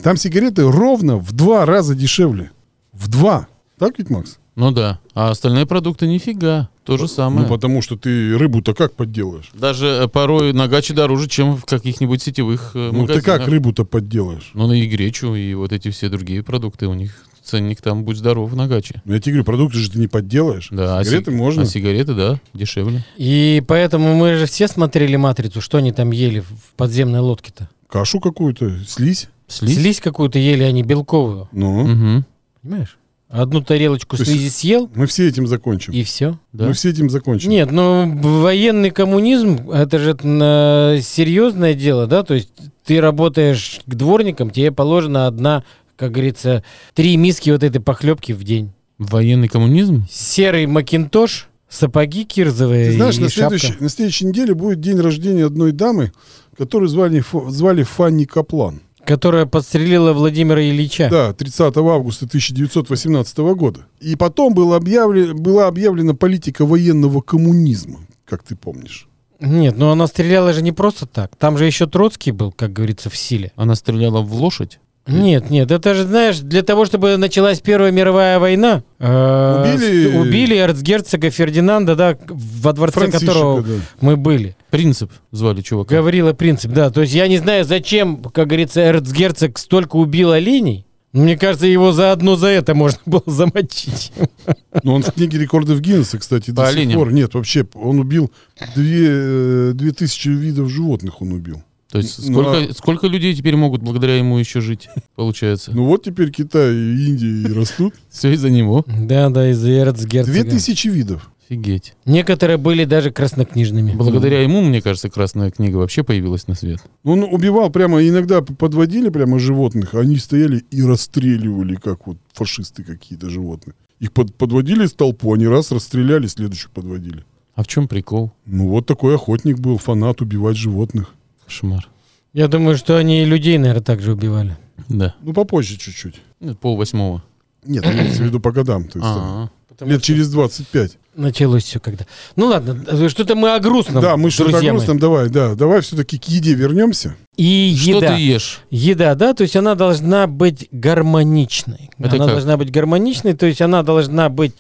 [SPEAKER 3] Там сигареты ровно в два раза дешевле. В два. Так ведь, Макс?
[SPEAKER 2] Ну да. А остальные продукты нифига. То же
[SPEAKER 4] А
[SPEAKER 2] самое.
[SPEAKER 3] Ну, потому что ты рыбу-то как подделаешь?
[SPEAKER 2] Даже э, порой нагачи дороже, чем в каких-нибудь сетевых э,
[SPEAKER 3] Ну, ты
[SPEAKER 2] магазинах.
[SPEAKER 3] как рыбу-то подделаешь?
[SPEAKER 2] Ну, на и гречу, и вот эти все другие продукты у них. Ценник там, будь здоров, нагачи.
[SPEAKER 3] Ну, я тебе говорю, продукты же ты не подделаешь.
[SPEAKER 2] Да,
[SPEAKER 3] Сигареты
[SPEAKER 2] а си-
[SPEAKER 3] можно.
[SPEAKER 2] А сигареты, да, дешевле.
[SPEAKER 4] И поэтому мы же все смотрели «Матрицу», что они там ели в подземной лодке-то.
[SPEAKER 3] Кашу какую-то, слизь.
[SPEAKER 2] Слизь?
[SPEAKER 4] Слизь какую-то ели они а белковую,
[SPEAKER 3] Ну,
[SPEAKER 2] Мгм.
[SPEAKER 4] понимаешь? Одну тарелочку
[SPEAKER 3] То есть-
[SPEAKER 4] слизи съел,
[SPEAKER 3] Мы все этим закончим.
[SPEAKER 4] и все.
[SPEAKER 3] Мы все этим закончим.
[SPEAKER 4] Нет, ну военный коммунизм это же э, серьезное дело, да? То есть ты работаешь к дворникам, тебе положено одна, как говорится, три миски вот этой похлебки в день.
[SPEAKER 2] Военный коммунизм?
[SPEAKER 4] Серый макинтош, сапоги кирзовые
[SPEAKER 3] Ты знаешь,
[SPEAKER 4] и
[SPEAKER 3] на
[SPEAKER 4] шапка.
[SPEAKER 3] следующей, на следующей неделе будет день рождения одной дамы, которую звали, Фо- звали Фанни Каплан.
[SPEAKER 4] которая подстрелила Владимира
[SPEAKER 2] Э.
[SPEAKER 4] Ильича.
[SPEAKER 3] Да, 30 августа 1918 года. И потом был объявлен, была объявлена политика военного коммунизма, как ты помнишь.
[SPEAKER 4] Нет, но она стреляла же не просто так. Там же еще Троцкий был, как говорится, в силе.
[SPEAKER 2] Она стреляла в лошадь?
[SPEAKER 4] Нет, нет, это же, знаешь, для того, чтобы началась Первая мировая война, э,
[SPEAKER 3] Убили-
[SPEAKER 4] с- убили эрцгерцога Фердинанда, да, к- во дворце
[SPEAKER 3] Францишека,
[SPEAKER 4] которого
[SPEAKER 3] да.
[SPEAKER 4] мы были.
[SPEAKER 2] Принцип звали чувака.
[SPEAKER 4] Говорила принцип, да. То есть я не знаю, зачем, как говорится, эрцгерцог столько убил оленей. Мне кажется, его заодно за это можно *laughs* было замочить.
[SPEAKER 3] Но Ну, он в книге рекордов Гиннесса, кстати, до
[SPEAKER 2] По
[SPEAKER 3] сих
[SPEAKER 2] оленям.
[SPEAKER 3] пор. Нет, вообще, он убил две, э, две тысячи видов животных он убил.
[SPEAKER 2] То есть
[SPEAKER 3] Ну,
[SPEAKER 2] сколько, сколько людей теперь могут благодаря ему еще жить, *laughs* получается?
[SPEAKER 3] Ну вот теперь Китай и Индия
[SPEAKER 2] *laughs*
[SPEAKER 3] и растут.
[SPEAKER 2] Все из-за него.
[SPEAKER 4] Да, да, из-за
[SPEAKER 3] Две
[SPEAKER 4] эрцгерцога.
[SPEAKER 3] тысячи видов.
[SPEAKER 2] Офигеть.
[SPEAKER 4] Некоторые были даже
[SPEAKER 3] Ну.
[SPEAKER 4] краснокнижными.
[SPEAKER 2] Благодаря ему, мне кажется, красная книга вообще появилась на свет.
[SPEAKER 3] Ну, Он убивал прямо, иногда п- подводили прямо животных, а они стояли и расстреливали, как вот фашисты какие-то животные. Их под- подводили с толпу, они раз расстреляли, следующих подводили.
[SPEAKER 2] А в чем прикол?
[SPEAKER 3] Ну вот такой охотник был, фанат убивать животных.
[SPEAKER 2] Кошмар.
[SPEAKER 4] Я думаю, что они и людей, наверное, также убивали.
[SPEAKER 2] Да.
[SPEAKER 3] Ну попозже чуть-чуть.
[SPEAKER 2] Ну, Пол восьмого.
[SPEAKER 3] Нет, имеется в виду по годам. То есть, там,
[SPEAKER 2] А,
[SPEAKER 3] лет через 25.
[SPEAKER 4] Началось все когда. Ну ладно, э, что-то мы о грустном.
[SPEAKER 3] Да, мы что-то о
[SPEAKER 4] друзья мои.
[SPEAKER 3] грустном, давай, да, давай все-таки к еде вернемся.
[SPEAKER 4] И
[SPEAKER 2] Что
[SPEAKER 4] еда.
[SPEAKER 2] ты ешь?
[SPEAKER 4] Еда, да, то есть она должна быть гармоничной.
[SPEAKER 2] Это
[SPEAKER 4] она
[SPEAKER 2] как?
[SPEAKER 4] должна быть гармоничной, то есть она должна быть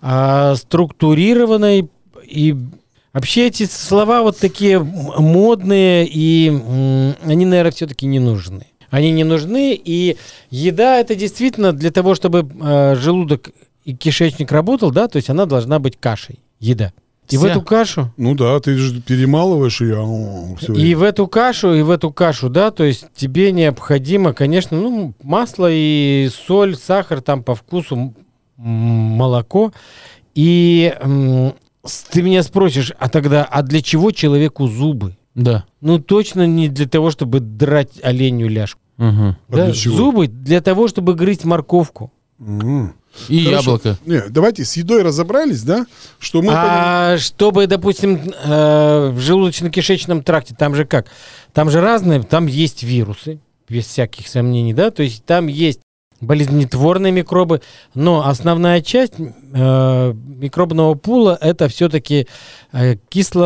[SPEAKER 4] а, структурированной и вообще эти слова вот такие м- модные и м, они, наверное, все-таки не нужны. Они не нужны и еда это действительно для того, чтобы э, желудок и кишечник работал, да, то есть она должна быть кашей. Еда. И в
[SPEAKER 2] Вся.
[SPEAKER 4] эту кашу
[SPEAKER 3] Ну да, ты же перемалываешь и... ау, всё
[SPEAKER 4] и в эту кашу, и в эту кашу, да, то есть тебе необходимо, конечно, ну, масло и соль, сахар там по вкусу, м, молоко. И м, с- ты меня спросишь, а тогда, а для чего человеку зубы?
[SPEAKER 2] Да.
[SPEAKER 4] Ну, точно не для того, чтобы драть оленью ляжку.
[SPEAKER 2] Угу.
[SPEAKER 3] А
[SPEAKER 4] да?
[SPEAKER 3] для чего?
[SPEAKER 4] Зубы для того, чтобы грызть морковку.
[SPEAKER 3] М.
[SPEAKER 2] И
[SPEAKER 3] Хорошо.
[SPEAKER 2] яблоко.
[SPEAKER 3] Не, давайте с едой разобрались, да? Что мы... поняли-
[SPEAKER 4] а чтобы, допустим, э, в желудочно-кишечном тракте, там же как? Там же разные, там есть вирусы, без всяких сомнений, да? То есть там есть болезнетворные микробы, но основная часть э, микробного пула это э, все-таки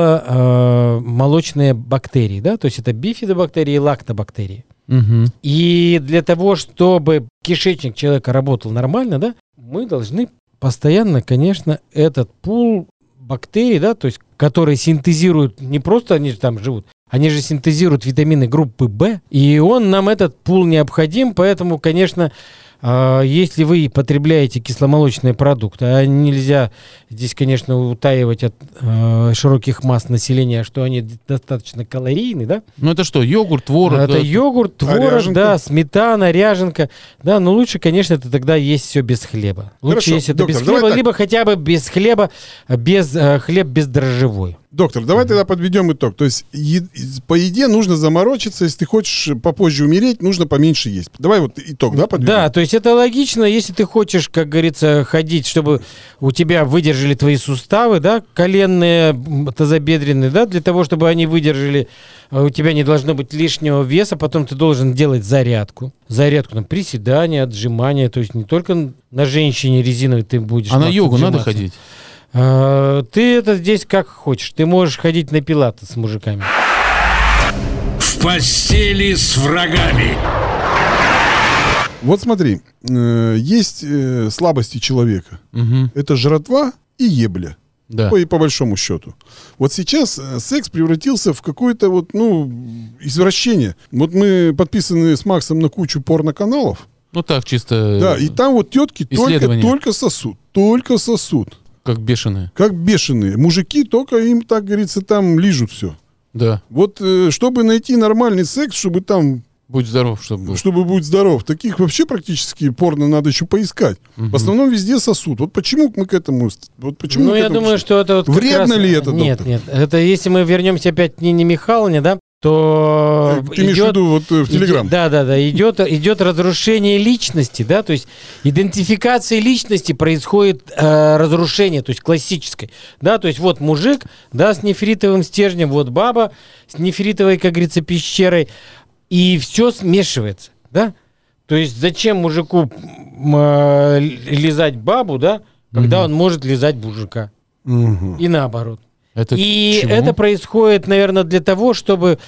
[SPEAKER 4] кисломолочные э, бактерии, да? То есть это бифидобактерии и лактобактерии.
[SPEAKER 2] Угу.
[SPEAKER 4] И для того, чтобы кишечник человека работал нормально, да, мы должны постоянно, конечно, этот пул бактерий, да, то есть, которые синтезируют, не просто они же там живут, они же синтезируют витамины группы В, и он нам этот пул необходим, поэтому, конечно, а, если вы потребляете кисломолочные продукты, а нельзя здесь, конечно, утаивать от э, широких масс населения, что они достаточно калорийны, да,
[SPEAKER 2] Ну это что, йогурт, творог?
[SPEAKER 4] это
[SPEAKER 2] э,
[SPEAKER 4] йогурт,
[SPEAKER 3] А
[SPEAKER 4] творог,
[SPEAKER 3] ряженка?
[SPEAKER 4] да, сметана, ряженка. Да, но лучше, конечно, это тогда есть все без хлеба. Лучше
[SPEAKER 3] Хорошо,
[SPEAKER 4] есть это
[SPEAKER 3] доктор,
[SPEAKER 4] без
[SPEAKER 3] давай
[SPEAKER 4] хлеба,
[SPEAKER 3] так.
[SPEAKER 4] либо хотя бы без хлеба, а, без э, хлеб без дрожжевой.
[SPEAKER 3] Доктор, давай тогда подведем итог. То есть е- по еде нужно заморочиться, если ты хочешь попозже умереть, нужно поменьше есть. Давай вот итог, да, подведем?
[SPEAKER 4] Да, то есть это логично, если ты хочешь, как говорится, ходить, чтобы у тебя выдержали твои суставы, да, коленные, м, тазобедренные, да, для того, чтобы они выдержали, э, у тебя не должно быть лишнего веса, потом ты должен делать зарядку. Зарядку, там, приседания, отжимания, то есть не только на женщине резиновой ты будешь.
[SPEAKER 2] А на
[SPEAKER 4] Макс,
[SPEAKER 2] йогу надо
[SPEAKER 4] отжиматься.
[SPEAKER 2] ходить?
[SPEAKER 4] А, Ты это здесь как хочешь. Ты можешь ходить на пилаты с мужиками.
[SPEAKER 1] В постели с врагами.
[SPEAKER 3] Вот смотри, э, есть э, слабости человека.
[SPEAKER 2] Угу.
[SPEAKER 3] Это жратва и ебля.
[SPEAKER 2] Да.
[SPEAKER 3] По, и по большому счету. Вот сейчас э, секс превратился в какое-то вот, ну, извращение. Вот мы подписаны с Максом на кучу порноканалов.
[SPEAKER 2] Ну так чисто, э,
[SPEAKER 3] Да, и там вот тетки только,
[SPEAKER 2] исследования.
[SPEAKER 3] только сосут, только сосут.
[SPEAKER 2] как бешеные.
[SPEAKER 3] Как бешеные. Мужики только им, так говорится, там лижут все.
[SPEAKER 2] Да.
[SPEAKER 3] Вот э, чтобы найти нормальный секс, чтобы там
[SPEAKER 2] Будь здоров, чтобы был.
[SPEAKER 3] чтобы быть здоров. Таких вообще практически порно надо еще поискать. В основном везде сосуд. Вот почему мы к этому... ст- Вот почему
[SPEAKER 4] ну,
[SPEAKER 3] мы к
[SPEAKER 4] я
[SPEAKER 3] этому
[SPEAKER 4] думаю,
[SPEAKER 3] пришли?
[SPEAKER 4] что это вот как
[SPEAKER 3] Вредно
[SPEAKER 4] раз-
[SPEAKER 3] ли это,
[SPEAKER 4] Нет,
[SPEAKER 3] доктор?
[SPEAKER 4] нет. Это если мы вернемся опять к Нине Михайловне, да, то
[SPEAKER 3] Ты имеешь в
[SPEAKER 4] идет-
[SPEAKER 3] виду вот э, в
[SPEAKER 4] иде-
[SPEAKER 3] Телеграм?
[SPEAKER 4] да, да, да. Идет, идет разрушение личности, да, то есть идентификации личности происходит э, разрушение, то есть классической, да, то есть вот мужик, да, с нефритовым стержнем, вот баба с нефритовой, как говорится, пещерой, и все смешивается, да. То есть зачем мужику м, э, лизать бабу, да, когда он может лизать мужика
[SPEAKER 3] Мгм.
[SPEAKER 4] и наоборот.
[SPEAKER 2] Это
[SPEAKER 4] и
[SPEAKER 2] к чему?
[SPEAKER 4] это происходит, наверное, для того, чтобы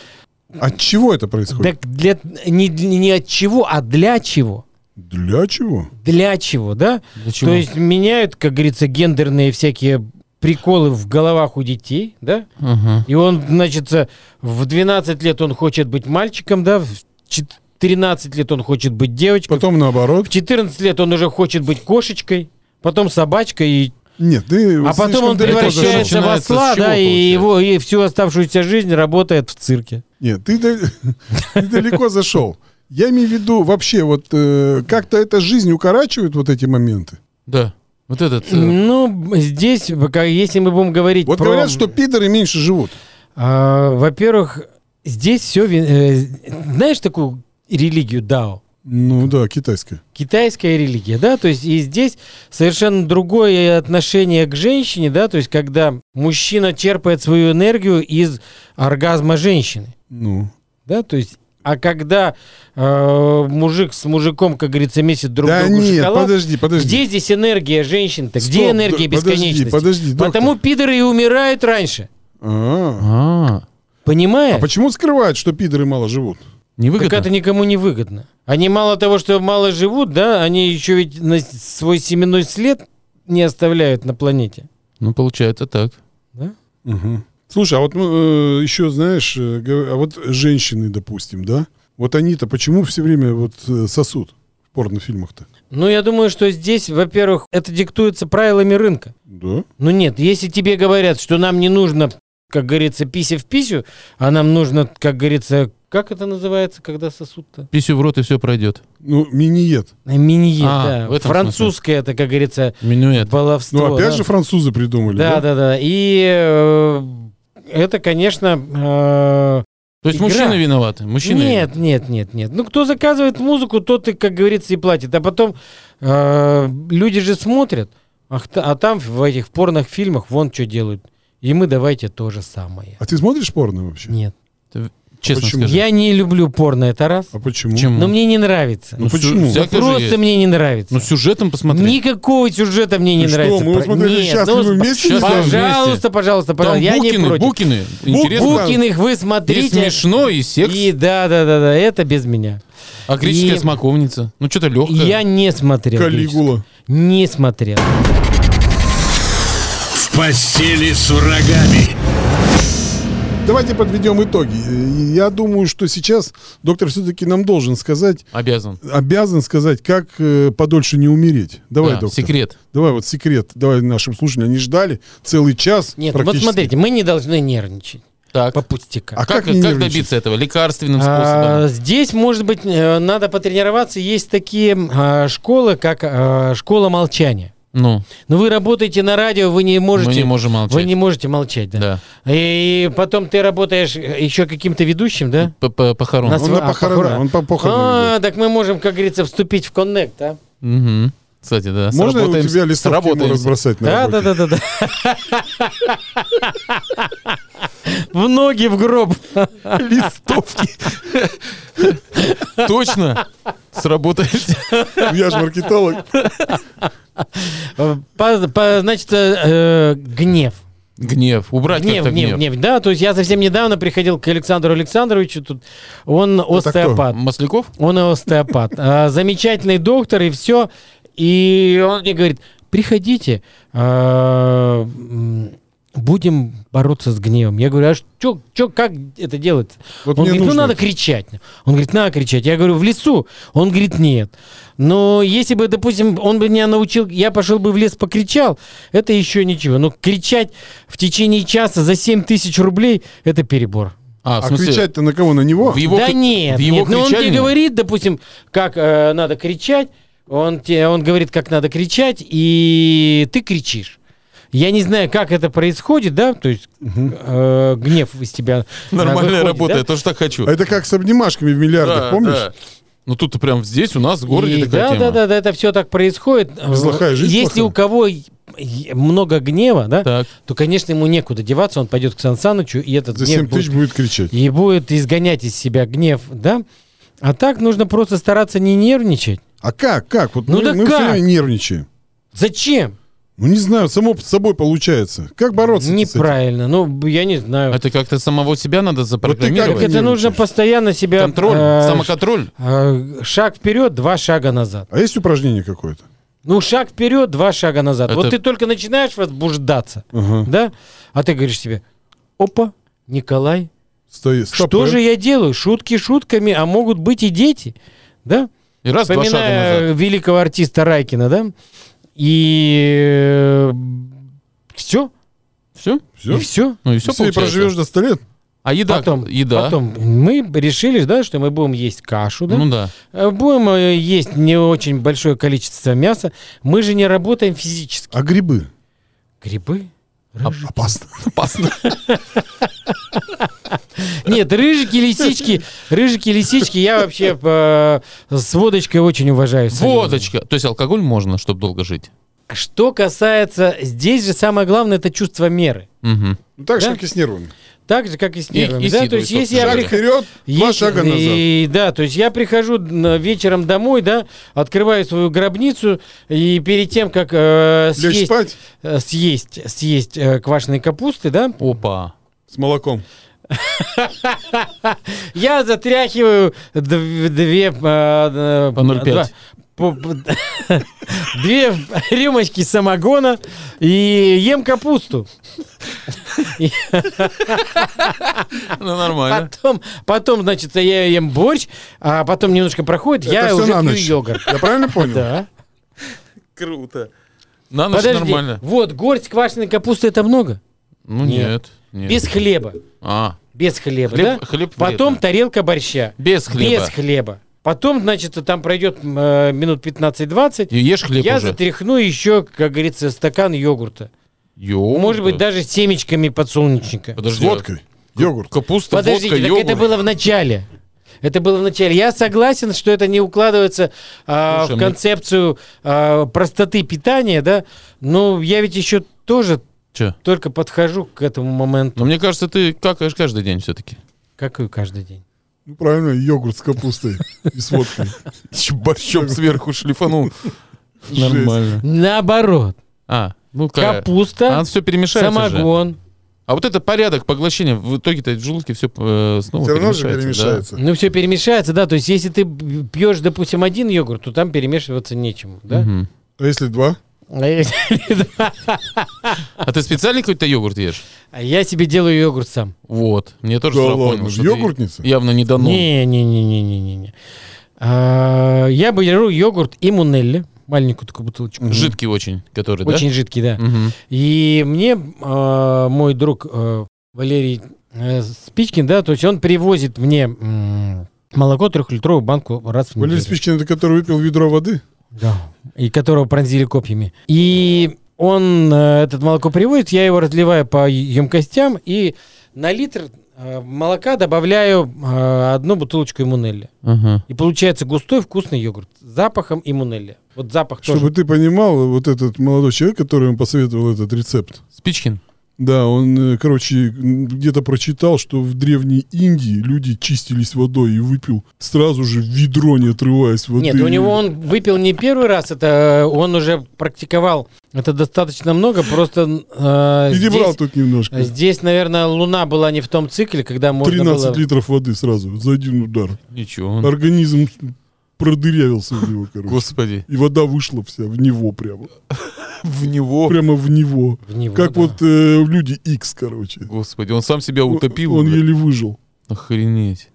[SPEAKER 3] От чего это происходит?
[SPEAKER 4] так для, не, не от чего, а для чего.
[SPEAKER 3] Для чего?
[SPEAKER 4] Для чего, да?
[SPEAKER 2] Для чего?
[SPEAKER 4] То есть меняют, как говорится, гендерные всякие приколы в головах у детей, да?
[SPEAKER 2] Ага.
[SPEAKER 4] И он, значит, э, в 12 лет он хочет быть мальчиком, да? В чет- 13 лет он хочет быть девочкой.
[SPEAKER 3] Потом наоборот.
[SPEAKER 4] В 14 лет он уже хочет быть кошечкой, потом собачкой и
[SPEAKER 3] Нет, ты
[SPEAKER 4] а потом
[SPEAKER 3] слишком
[SPEAKER 4] он
[SPEAKER 3] далеко зашел.
[SPEAKER 4] превращается в
[SPEAKER 2] Начинается с
[SPEAKER 4] осла,
[SPEAKER 2] чего,
[SPEAKER 4] да, и
[SPEAKER 2] получается?
[SPEAKER 4] его и всю оставшуюся жизнь работает в цирке.
[SPEAKER 3] Нет, ты, дал- *laughs* ты далеко зашел. Я имею в виду вообще вот э, как-то эта жизнь укорачивает вот эти моменты.
[SPEAKER 2] Да. Вот этот... э,
[SPEAKER 4] Ну, б- здесь, пока- если мы будем говорить
[SPEAKER 3] Вот
[SPEAKER 4] про-
[SPEAKER 3] говорят, что пидоры меньше живут.
[SPEAKER 4] А, во-первых, здесь все... знаешь такую религию Дао?
[SPEAKER 3] Ну да, китайская.
[SPEAKER 4] Китайская религия, да, то есть и здесь совершенно другое отношение к женщине, да, то есть когда мужчина черпает свою энергию из оргазма женщины.
[SPEAKER 3] Ну,
[SPEAKER 4] Да, то есть, а когда э, мужик с мужиком, как говорится, месяц друг
[SPEAKER 3] да
[SPEAKER 4] другу
[SPEAKER 3] нет,
[SPEAKER 4] шоколад,
[SPEAKER 3] подожди, подожди.
[SPEAKER 4] где здесь энергия женщин-то?
[SPEAKER 3] Стоп,
[SPEAKER 4] где энергия
[SPEAKER 3] да, подожди,
[SPEAKER 4] бесконечности?
[SPEAKER 3] подожди, доктор.
[SPEAKER 4] Потому пидоры и умирают раньше.
[SPEAKER 3] А,
[SPEAKER 2] А,
[SPEAKER 4] Понимаешь?
[SPEAKER 3] а почему скрывают, что пидоры мало живут?
[SPEAKER 4] так
[SPEAKER 2] невыгодно.
[SPEAKER 4] это никому не выгодно. Они мало того, что мало живут, да, они еще ведь на с- свой семенной след не оставляют на планете.
[SPEAKER 2] Ну, получается так.
[SPEAKER 4] Да?
[SPEAKER 3] Слушай, а вот ну, э, еще, знаешь, э, гов- а вот женщины, допустим, да? Вот они-то почему все время вот э, сосут в порнофильмах-то?
[SPEAKER 4] Ну, я думаю, что здесь, во-первых, это диктуется правилами рынка.
[SPEAKER 3] Да?
[SPEAKER 4] Ну нет, если тебе говорят, что нам не нужно, как говорится, пися в писю, а нам нужно, как говорится, как это называется, когда сосуд-то?
[SPEAKER 2] Писю в рот и все пройдет.
[SPEAKER 3] Ну, миниет.
[SPEAKER 4] Э, Минье,
[SPEAKER 2] А, в
[SPEAKER 4] да.
[SPEAKER 2] этом
[SPEAKER 4] Французское это, как говорится,
[SPEAKER 2] Минуэт.
[SPEAKER 4] баловство.
[SPEAKER 3] Ну, опять
[SPEAKER 4] да.
[SPEAKER 3] же французы придумали, да?
[SPEAKER 4] Да, да, да. И э, это, конечно... э,
[SPEAKER 2] То есть
[SPEAKER 4] игра.
[SPEAKER 2] мужчины виноваты? Мужчины
[SPEAKER 4] нет, нет, нет, нет. Ну, кто заказывает музыку, тот и, как говорится, и платит. А потом э, люди же смотрят, ах, та- а там в этих порных фильмах вон что делают. И мы давайте то же самое.
[SPEAKER 3] А ты смотришь порно вообще?
[SPEAKER 4] Нет.
[SPEAKER 2] Честно
[SPEAKER 3] Почему?
[SPEAKER 2] скажи.
[SPEAKER 4] Я не люблю порно, это раз.
[SPEAKER 3] А почему?
[SPEAKER 2] Почему?
[SPEAKER 4] Но мне не нравится.
[SPEAKER 3] Ну,
[SPEAKER 2] сю-
[SPEAKER 3] почему?
[SPEAKER 2] всякое же
[SPEAKER 4] Просто
[SPEAKER 2] есть.
[SPEAKER 4] мне не нравится.
[SPEAKER 2] Ну, сюжетом посмотреть.
[SPEAKER 4] Никакого сюжета мне не
[SPEAKER 3] Ты Ну что,
[SPEAKER 4] нравится.
[SPEAKER 3] мы его
[SPEAKER 4] Про-
[SPEAKER 3] смотрели
[SPEAKER 4] Нет,
[SPEAKER 3] счастливы
[SPEAKER 4] ну,
[SPEAKER 3] вместе
[SPEAKER 4] щас-
[SPEAKER 2] не знаю, вместе.
[SPEAKER 4] Пожалуйста, пожалуйста,
[SPEAKER 2] Там
[SPEAKER 4] пожалуйста. Я не
[SPEAKER 2] Букины,
[SPEAKER 4] против.
[SPEAKER 2] Букины.
[SPEAKER 3] Бу-
[SPEAKER 2] Интересно.
[SPEAKER 4] Букиных вы
[SPEAKER 2] И
[SPEAKER 4] смотрите.
[SPEAKER 2] смешно, и секс,
[SPEAKER 4] И да, да, да, да, это без меня.
[SPEAKER 2] а греческая
[SPEAKER 4] и-
[SPEAKER 2] смоковница. Ну, что-то легкое.
[SPEAKER 4] Я не смотрел.
[SPEAKER 3] Калигула.
[SPEAKER 4] «Греческ». Не смотрел.
[SPEAKER 1] В постели с врагами.
[SPEAKER 3] Давайте подведем итоги. Э, Я думаю, что сейчас доктор все-таки нам должен сказать,
[SPEAKER 2] Обязан.
[SPEAKER 3] обязан сказать, как э, подольше не умереть. Давай,
[SPEAKER 2] Да,
[SPEAKER 3] доктор.
[SPEAKER 2] Секрет.
[SPEAKER 3] Давай, вот секрет. Давай нашим слушателям. Они ждали целый час.
[SPEAKER 4] Нет, ну вот
[SPEAKER 3] практически.
[SPEAKER 4] смотрите, мы не должны нервничать
[SPEAKER 2] Так.
[SPEAKER 4] по пустякам.
[SPEAKER 3] А
[SPEAKER 2] Как,
[SPEAKER 3] как не
[SPEAKER 2] как
[SPEAKER 3] нервничать?
[SPEAKER 2] добиться этого? Лекарственным
[SPEAKER 4] А,
[SPEAKER 2] способом.
[SPEAKER 4] здесь, может быть, э, надо потренироваться. Есть такие а, школы, как а, школа молчания.
[SPEAKER 2] Ну,
[SPEAKER 4] Но вы работаете на радио, вы не можете.
[SPEAKER 2] мы не можем молчать.
[SPEAKER 4] Вы не можете молчать, да.
[SPEAKER 2] Да.
[SPEAKER 4] И потом ты работаешь еще каким-то ведущим, да?
[SPEAKER 2] П- п- Похорон.
[SPEAKER 4] Нас-
[SPEAKER 3] Он на
[SPEAKER 4] А,
[SPEAKER 3] похорона.
[SPEAKER 4] похорона.
[SPEAKER 3] Он по похоронам идет.
[SPEAKER 4] А, так мы можем, как говорится, вступить в коннект, а?
[SPEAKER 2] Мгм. Кстати, да.
[SPEAKER 3] Можно у
[SPEAKER 2] сработаемся-
[SPEAKER 3] тебя листовки ему
[SPEAKER 2] сработаемся.
[SPEAKER 3] разбросать на
[SPEAKER 4] Да, да,
[SPEAKER 3] работе?
[SPEAKER 4] да, да, да. *laughs* В ноги в гроб. *laughs*
[SPEAKER 2] Листовки. Точно. Сработаемся.
[SPEAKER 3] Я же маркетолог.
[SPEAKER 4] Э, По- по- Значит, э, э, гнев.
[SPEAKER 2] Гнев. Убрать
[SPEAKER 4] Гнев,
[SPEAKER 2] как-то
[SPEAKER 4] гнев, гнев. Да, то есть я совсем недавно приходил к Александру Александровичу. Тут он остеопат.
[SPEAKER 2] Масляков?
[SPEAKER 4] Он остеопат. А, Замечательный доктор и все. И он мне говорит, приходите, а, м, будем бороться с гневом. Я говорю, а что, как это делается?
[SPEAKER 3] Вот
[SPEAKER 4] он
[SPEAKER 3] мне
[SPEAKER 4] говорит,
[SPEAKER 3] нужно
[SPEAKER 4] ну надо
[SPEAKER 3] это».
[SPEAKER 4] кричать. Он говорит, надо кричать. Я говорю, в лесу? Он говорит, нет. Но если бы, допустим, он бы меня научил, я пошел бы в лес покричал, это еще ничего. Но кричать в течение часа за 7 тысяч рублей, это перебор.
[SPEAKER 2] А, в
[SPEAKER 3] А
[SPEAKER 2] смысле,
[SPEAKER 3] кричать-то на кого? На него?
[SPEAKER 2] в его
[SPEAKER 4] да
[SPEAKER 2] кри-
[SPEAKER 4] нет,
[SPEAKER 2] в его
[SPEAKER 4] нет. Ну, он тебе
[SPEAKER 2] кричании? *laughs*
[SPEAKER 4] говорит, допустим, как э, надо кричать, он, тебе, он говорит, как надо кричать, и ты кричишь. Я не знаю, как это происходит, да, то есть э, гнев из тебя э,
[SPEAKER 2] Нормальная
[SPEAKER 4] выходит,
[SPEAKER 2] работа,
[SPEAKER 4] да?
[SPEAKER 2] я тоже так хочу.
[SPEAKER 3] А Это как с обнимашками в миллиардах,
[SPEAKER 2] Да,
[SPEAKER 3] помнишь?
[SPEAKER 2] да. Ну тут прям здесь у нас в городе
[SPEAKER 4] И
[SPEAKER 2] такая
[SPEAKER 4] да,
[SPEAKER 2] тема.
[SPEAKER 4] да, да, да, это все так происходит. Э,
[SPEAKER 3] Злохая жизнь
[SPEAKER 4] Если
[SPEAKER 3] плохая.
[SPEAKER 4] у кого и- и много гнева, да,
[SPEAKER 2] Так.
[SPEAKER 4] то, конечно, ему некуда деваться, он пойдет к Сан Санычу, и этот
[SPEAKER 3] За
[SPEAKER 4] гнев
[SPEAKER 3] 7
[SPEAKER 4] будет-
[SPEAKER 3] тысяч будет кричать.
[SPEAKER 4] и будет изгонять из себя гнев, да. А так нужно просто стараться не нервничать.
[SPEAKER 3] А как, как? Вот
[SPEAKER 4] Ну
[SPEAKER 3] мы,
[SPEAKER 4] да
[SPEAKER 3] мы
[SPEAKER 4] как?
[SPEAKER 3] все время нервничаем.
[SPEAKER 4] Зачем?
[SPEAKER 3] Ну не знаю, само под собой получается. Как бороться?
[SPEAKER 4] Неправильно. Ну, б- я не знаю.
[SPEAKER 2] Это а как-то самого себя надо
[SPEAKER 4] Так
[SPEAKER 2] запрограммировать.
[SPEAKER 3] как
[SPEAKER 4] это
[SPEAKER 3] нервничаешь.
[SPEAKER 4] нужно постоянно себя...
[SPEAKER 2] Контроль,
[SPEAKER 4] э,
[SPEAKER 2] самоконтроль.
[SPEAKER 4] э, Шаг вперед, два шага назад.
[SPEAKER 3] А есть упражнение какое-то?
[SPEAKER 4] Ну, шаг вперед, два шага назад.
[SPEAKER 2] Это-
[SPEAKER 4] Вот ты только начинаешь возбуждаться,
[SPEAKER 3] Ага.
[SPEAKER 4] да? А ты говоришь себе, опа, Николай,
[SPEAKER 3] Стой, стоп,
[SPEAKER 4] что
[SPEAKER 3] э.
[SPEAKER 4] же я делаю? Шутки шутками, а могут быть и дети, да?
[SPEAKER 2] И раз, два шага
[SPEAKER 4] Вспоминая
[SPEAKER 2] назад.
[SPEAKER 4] великого артиста Райкина, да? И все,
[SPEAKER 2] Все?
[SPEAKER 3] Всё?
[SPEAKER 4] и все.
[SPEAKER 2] Ну и
[SPEAKER 3] Всё,
[SPEAKER 2] все
[SPEAKER 3] и проживешь до 100 лет?
[SPEAKER 2] А еда?
[SPEAKER 4] потом,
[SPEAKER 2] еда.
[SPEAKER 4] потом мы решили, да, что мы будем есть кашу, да?
[SPEAKER 2] Ну да.
[SPEAKER 4] Э, Будем э, есть не очень большое количество мяса. Мы же не работаем физически.
[SPEAKER 3] А грибы?
[SPEAKER 4] Грибы? Рыжики.
[SPEAKER 3] Опасно.
[SPEAKER 2] *laughs* Опасно.
[SPEAKER 4] Нет, рыжики, лисички. Рыжики, лисички я вообще э, с водочкой очень уважаю. соленую.
[SPEAKER 2] Водочка. То есть алкоголь можно, чтобы долго жить.
[SPEAKER 4] Что касается... Здесь же самое главное это чувство меры.
[SPEAKER 2] Мгм.
[SPEAKER 3] Ну так же,
[SPEAKER 4] Да?
[SPEAKER 3] как и с нервами.
[SPEAKER 4] Так же, как и с
[SPEAKER 2] И-
[SPEAKER 4] нервами.
[SPEAKER 2] и с
[SPEAKER 4] да? То
[SPEAKER 2] едой,
[SPEAKER 4] есть, если я
[SPEAKER 2] собственно говоря.
[SPEAKER 3] Шаг
[SPEAKER 4] прихожу...
[SPEAKER 3] вперед, два
[SPEAKER 4] Есть-
[SPEAKER 3] шага назад.
[SPEAKER 4] и, Да, то есть я прихожу н- вечером домой, да, открываю свою гробницу, и перед тем, как э,
[SPEAKER 3] Лечь
[SPEAKER 4] съесть,
[SPEAKER 3] спать
[SPEAKER 4] э, съесть, съесть э, квашеной капусты, да,
[SPEAKER 2] Опа.
[SPEAKER 4] *laughs*
[SPEAKER 3] с молоком.
[SPEAKER 4] я затряхиваю дв- две... э, э,
[SPEAKER 2] По 0,5.
[SPEAKER 4] два- по- по- Две рюмочки самогона и ем капусту.
[SPEAKER 2] Ну нормально.
[SPEAKER 4] Потом, потом, значит, я ем борщ, а потом немножко проходит,
[SPEAKER 3] Это
[SPEAKER 4] я
[SPEAKER 3] всё
[SPEAKER 4] уже
[SPEAKER 3] на
[SPEAKER 4] пью
[SPEAKER 3] ночь.
[SPEAKER 4] йогурт.
[SPEAKER 3] Я правильно понял?
[SPEAKER 4] Да.
[SPEAKER 2] Круто. На ночь
[SPEAKER 4] Подожди,
[SPEAKER 2] нормально.
[SPEAKER 4] вот горсть квашеной капусты это много?
[SPEAKER 2] Ну нет.
[SPEAKER 4] Нет.
[SPEAKER 2] нет.
[SPEAKER 4] Без хлеба.
[SPEAKER 2] А,
[SPEAKER 4] Без хлеба,
[SPEAKER 2] Хлеб-
[SPEAKER 4] да?
[SPEAKER 2] хлеб
[SPEAKER 4] Потом
[SPEAKER 2] вредно.
[SPEAKER 4] тарелка борща.
[SPEAKER 2] без хлеба.
[SPEAKER 4] Без хлеба. Потом, значит, там пройдет э, минут 15-20.
[SPEAKER 2] И ешь хлеб
[SPEAKER 4] Я
[SPEAKER 2] уже.
[SPEAKER 4] затряхну еще, как говорится, стакан йогурта.
[SPEAKER 2] Йогурт.
[SPEAKER 4] Может быть, даже с семечками подсолнечника.
[SPEAKER 3] С
[SPEAKER 2] Подожди. а
[SPEAKER 3] водкой. Йогурт.
[SPEAKER 2] Капуста,
[SPEAKER 4] Подождите,
[SPEAKER 2] водка,
[SPEAKER 4] так
[SPEAKER 2] йогурт.
[SPEAKER 4] это было в начале. Это было в начале. Я согласен, что это не укладывается а,
[SPEAKER 2] Слушай,
[SPEAKER 4] в
[SPEAKER 2] мне-
[SPEAKER 4] концепцию а, простоты питания, да. Но я ведь еще тоже
[SPEAKER 2] Чё?
[SPEAKER 4] только подхожу к этому моменту.
[SPEAKER 2] Но мне кажется, ты какаешь каждый день все-таки.
[SPEAKER 4] Какую каждый день?
[SPEAKER 3] Ну правильно, йогурт с капустой и с водкой.
[SPEAKER 2] Борщом сверху шлифанул. Нормально.
[SPEAKER 4] Наоборот.
[SPEAKER 2] А, ну какая? А,
[SPEAKER 4] Капуста,
[SPEAKER 2] все перемешается же.
[SPEAKER 4] самогон.
[SPEAKER 2] А вот это порядок поглощения, в итоге-то в желудке все снова
[SPEAKER 3] Все равно же
[SPEAKER 2] перемешается, да.
[SPEAKER 3] перемешается.
[SPEAKER 4] Ну, все перемешается, да. То есть, если ты пьешь, допустим, один йогурт, то там перемешиваться нечему, да?
[SPEAKER 2] Мгм.
[SPEAKER 3] А если два?
[SPEAKER 4] А если-
[SPEAKER 2] А ты специально какой-то йогурт ешь?
[SPEAKER 4] а я себе делаю йогурт сам.
[SPEAKER 2] Вот, мне тоже
[SPEAKER 3] Да
[SPEAKER 2] сразу
[SPEAKER 3] ладно,
[SPEAKER 2] понял,
[SPEAKER 3] в
[SPEAKER 2] что
[SPEAKER 3] йогуртнице?
[SPEAKER 2] ты явно не дано.
[SPEAKER 4] Не-не-не-не-не-не-не. А, Я беру йогурт имунелли, маленькую такую бутылочку.
[SPEAKER 2] Жидкий очень, который,
[SPEAKER 4] Очень жидкий, да.
[SPEAKER 2] да? Мгм.
[SPEAKER 4] И мне а, мой друг а, Валерий э, Спичкин, да, то есть он привозит мне м, молоко трехлитровую банку раз в неделю.
[SPEAKER 3] Валерий Спичкин, это который выпил ведро воды?
[SPEAKER 4] Да. И которого пронзили копьями. И он э, этот молоко приводит, я его разливаю по емкостям и на литр э, молока добавляю э, одну бутылочку имунелли.
[SPEAKER 2] Ага.
[SPEAKER 4] И получается густой вкусный йогурт с запахом имунелли. Вот запах
[SPEAKER 3] Чтобы
[SPEAKER 4] тоже.
[SPEAKER 3] ты понимал, вот этот молодой человек, который им посоветовал этот рецепт,
[SPEAKER 2] Спичкин.
[SPEAKER 3] да, он, э, короче, м, где-то прочитал, что в Древней Индии люди чистились водой и выпил сразу же ведро, не отрываясь воды.
[SPEAKER 4] Нет, ну, у него он выпил не первый раз, это э, он уже практиковал. Это достаточно много, просто э,
[SPEAKER 3] Перебрал
[SPEAKER 4] здесь, а
[SPEAKER 3] тут немножко.
[SPEAKER 4] здесь, наверное, луна была не в том цикле, когда можно
[SPEAKER 3] 13
[SPEAKER 4] было...
[SPEAKER 3] литров воды сразу, за один удар.
[SPEAKER 2] Ничего. он-
[SPEAKER 3] Организм продырявился в него, короче.
[SPEAKER 2] Господи.
[SPEAKER 3] И вода вышла вся в него прямо.
[SPEAKER 2] В него.
[SPEAKER 3] Прямо в него.
[SPEAKER 4] В него,
[SPEAKER 3] Как
[SPEAKER 4] да.
[SPEAKER 3] вот э, люди X, короче.
[SPEAKER 2] Господи, он сам себя утопил.
[SPEAKER 3] Он
[SPEAKER 2] блядь.
[SPEAKER 3] еле выжил.
[SPEAKER 2] Охренеть.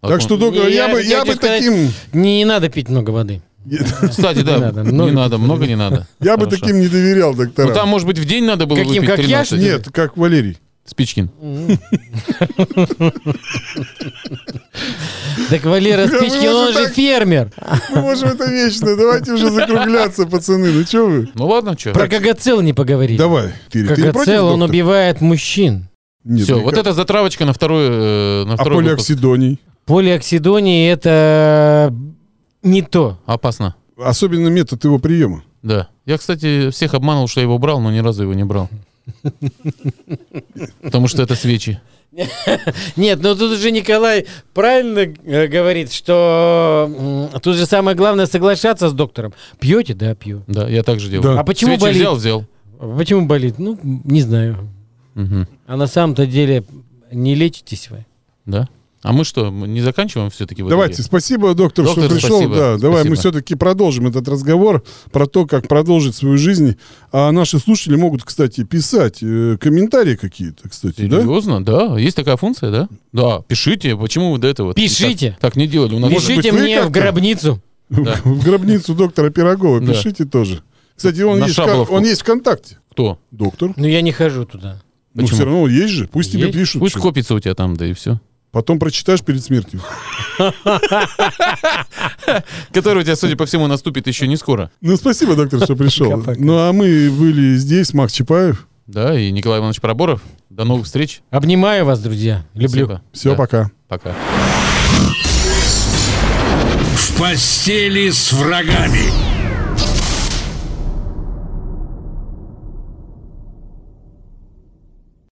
[SPEAKER 2] А
[SPEAKER 3] Так что, доктор,
[SPEAKER 4] Не,
[SPEAKER 3] я
[SPEAKER 4] я
[SPEAKER 3] бы-
[SPEAKER 4] хотел
[SPEAKER 3] я бы
[SPEAKER 4] тебе сказать-
[SPEAKER 3] таким... *laughs*
[SPEAKER 4] Не, не надо пить много воды.
[SPEAKER 2] Кстати, да,
[SPEAKER 4] Не надо,
[SPEAKER 2] не
[SPEAKER 4] много
[SPEAKER 2] надо, много не надо.
[SPEAKER 3] *laughs* Я бы
[SPEAKER 2] Хорошо.
[SPEAKER 3] таким не доверял, доктора.
[SPEAKER 2] Ну там, может быть, в день надо было
[SPEAKER 4] Каким,
[SPEAKER 2] выпить
[SPEAKER 4] как я,
[SPEAKER 2] 13?
[SPEAKER 4] что ли?
[SPEAKER 3] Нет, как Валерий.
[SPEAKER 2] Спичкин.
[SPEAKER 4] Так Валера
[SPEAKER 3] Да вы
[SPEAKER 4] Спичкин, он
[SPEAKER 3] уже
[SPEAKER 4] же
[SPEAKER 3] так-
[SPEAKER 4] фермер.
[SPEAKER 3] Мы можем это вечно. Давайте уже закругляться, пацаны. Ну что вы?
[SPEAKER 2] Ну ладно, что?
[SPEAKER 4] Про КГЦЛ не поговорили.
[SPEAKER 3] Давай, Тири, ты не против,
[SPEAKER 4] КГЦЛ, он
[SPEAKER 3] доктор?
[SPEAKER 4] убивает мужчин.
[SPEAKER 3] Нет, ну
[SPEAKER 2] Все,
[SPEAKER 3] мне
[SPEAKER 2] вот
[SPEAKER 3] кажется.
[SPEAKER 2] это затравочка на вторую... э, На
[SPEAKER 3] А
[SPEAKER 2] второй выпуск.
[SPEAKER 3] полиоксидоний?
[SPEAKER 4] Полиоксидония это не то.
[SPEAKER 2] Опасно.
[SPEAKER 3] Особенно метод его приема.
[SPEAKER 2] Да. Я, кстати, всех обманывал, что я его брал, но ни разу его не
[SPEAKER 3] *laughs*
[SPEAKER 2] брал. Потому что это свечи.
[SPEAKER 4] Нет, но тут же Николай правильно э, говорит, что м, тут же самое главное соглашаться с доктором. Пьете? Да, пью.
[SPEAKER 2] Да, я так же делал.
[SPEAKER 3] Да.
[SPEAKER 4] А почему
[SPEAKER 2] Свечи
[SPEAKER 4] болит?
[SPEAKER 2] взял, взял.
[SPEAKER 4] Почему болит? Ну, не знаю.
[SPEAKER 2] Мгм.
[SPEAKER 4] А на самом-то деле не лечитесь вы.
[SPEAKER 2] Да. А мы что, мы не заканчиваем все-таки?
[SPEAKER 3] Давайте, спасибо, доктор, что
[SPEAKER 2] Доктор,
[SPEAKER 3] пришел.
[SPEAKER 2] спасибо.
[SPEAKER 3] Да, давай мы
[SPEAKER 2] Спасибо.
[SPEAKER 3] все-таки продолжим этот разговор про то, как продолжить свою жизнь. А наши слушатели могут, кстати, писать э, комментарии какие-то, кстати, да?
[SPEAKER 2] Серьезно, да? Есть такая функция, да? Да, пишите, почему вы до этого...
[SPEAKER 4] Пишите.
[SPEAKER 2] Так, так не делали. У нас
[SPEAKER 3] Ну, Может
[SPEAKER 4] Пишите
[SPEAKER 3] быть, вы
[SPEAKER 4] мне в
[SPEAKER 3] как-то?
[SPEAKER 4] гробницу.
[SPEAKER 2] Да.
[SPEAKER 3] В гробницу доктора Пирогова
[SPEAKER 2] Да.
[SPEAKER 3] пишите тоже. Кстати, он
[SPEAKER 2] На
[SPEAKER 3] есть, в кон-
[SPEAKER 2] Шаболовку.
[SPEAKER 3] он есть ВКонтакте.
[SPEAKER 2] кто?
[SPEAKER 3] Доктор.
[SPEAKER 4] Но я не хожу туда.
[SPEAKER 3] Ну,
[SPEAKER 2] Почему?
[SPEAKER 3] все равно есть же. Пусть тебе
[SPEAKER 2] Есть?
[SPEAKER 3] пишут.
[SPEAKER 2] Пусть
[SPEAKER 3] всё.
[SPEAKER 2] копится у тебя там, да и все.
[SPEAKER 3] Потом прочитаешь перед смертью.
[SPEAKER 2] Который у тебя, судя по всему, наступит еще не скоро.
[SPEAKER 3] Ну, спасибо, доктор, что пришел.
[SPEAKER 4] Пока-пока.
[SPEAKER 3] Ну, а мы были здесь, Макс Чапаев.
[SPEAKER 2] Да, и Николай Иванович Проборов. До новых встреч.
[SPEAKER 4] Обнимаю вас, друзья. Люблю.
[SPEAKER 2] Спасибо.
[SPEAKER 3] Все,
[SPEAKER 2] Да,
[SPEAKER 3] пока.
[SPEAKER 2] Пока.
[SPEAKER 1] В постели с врагами.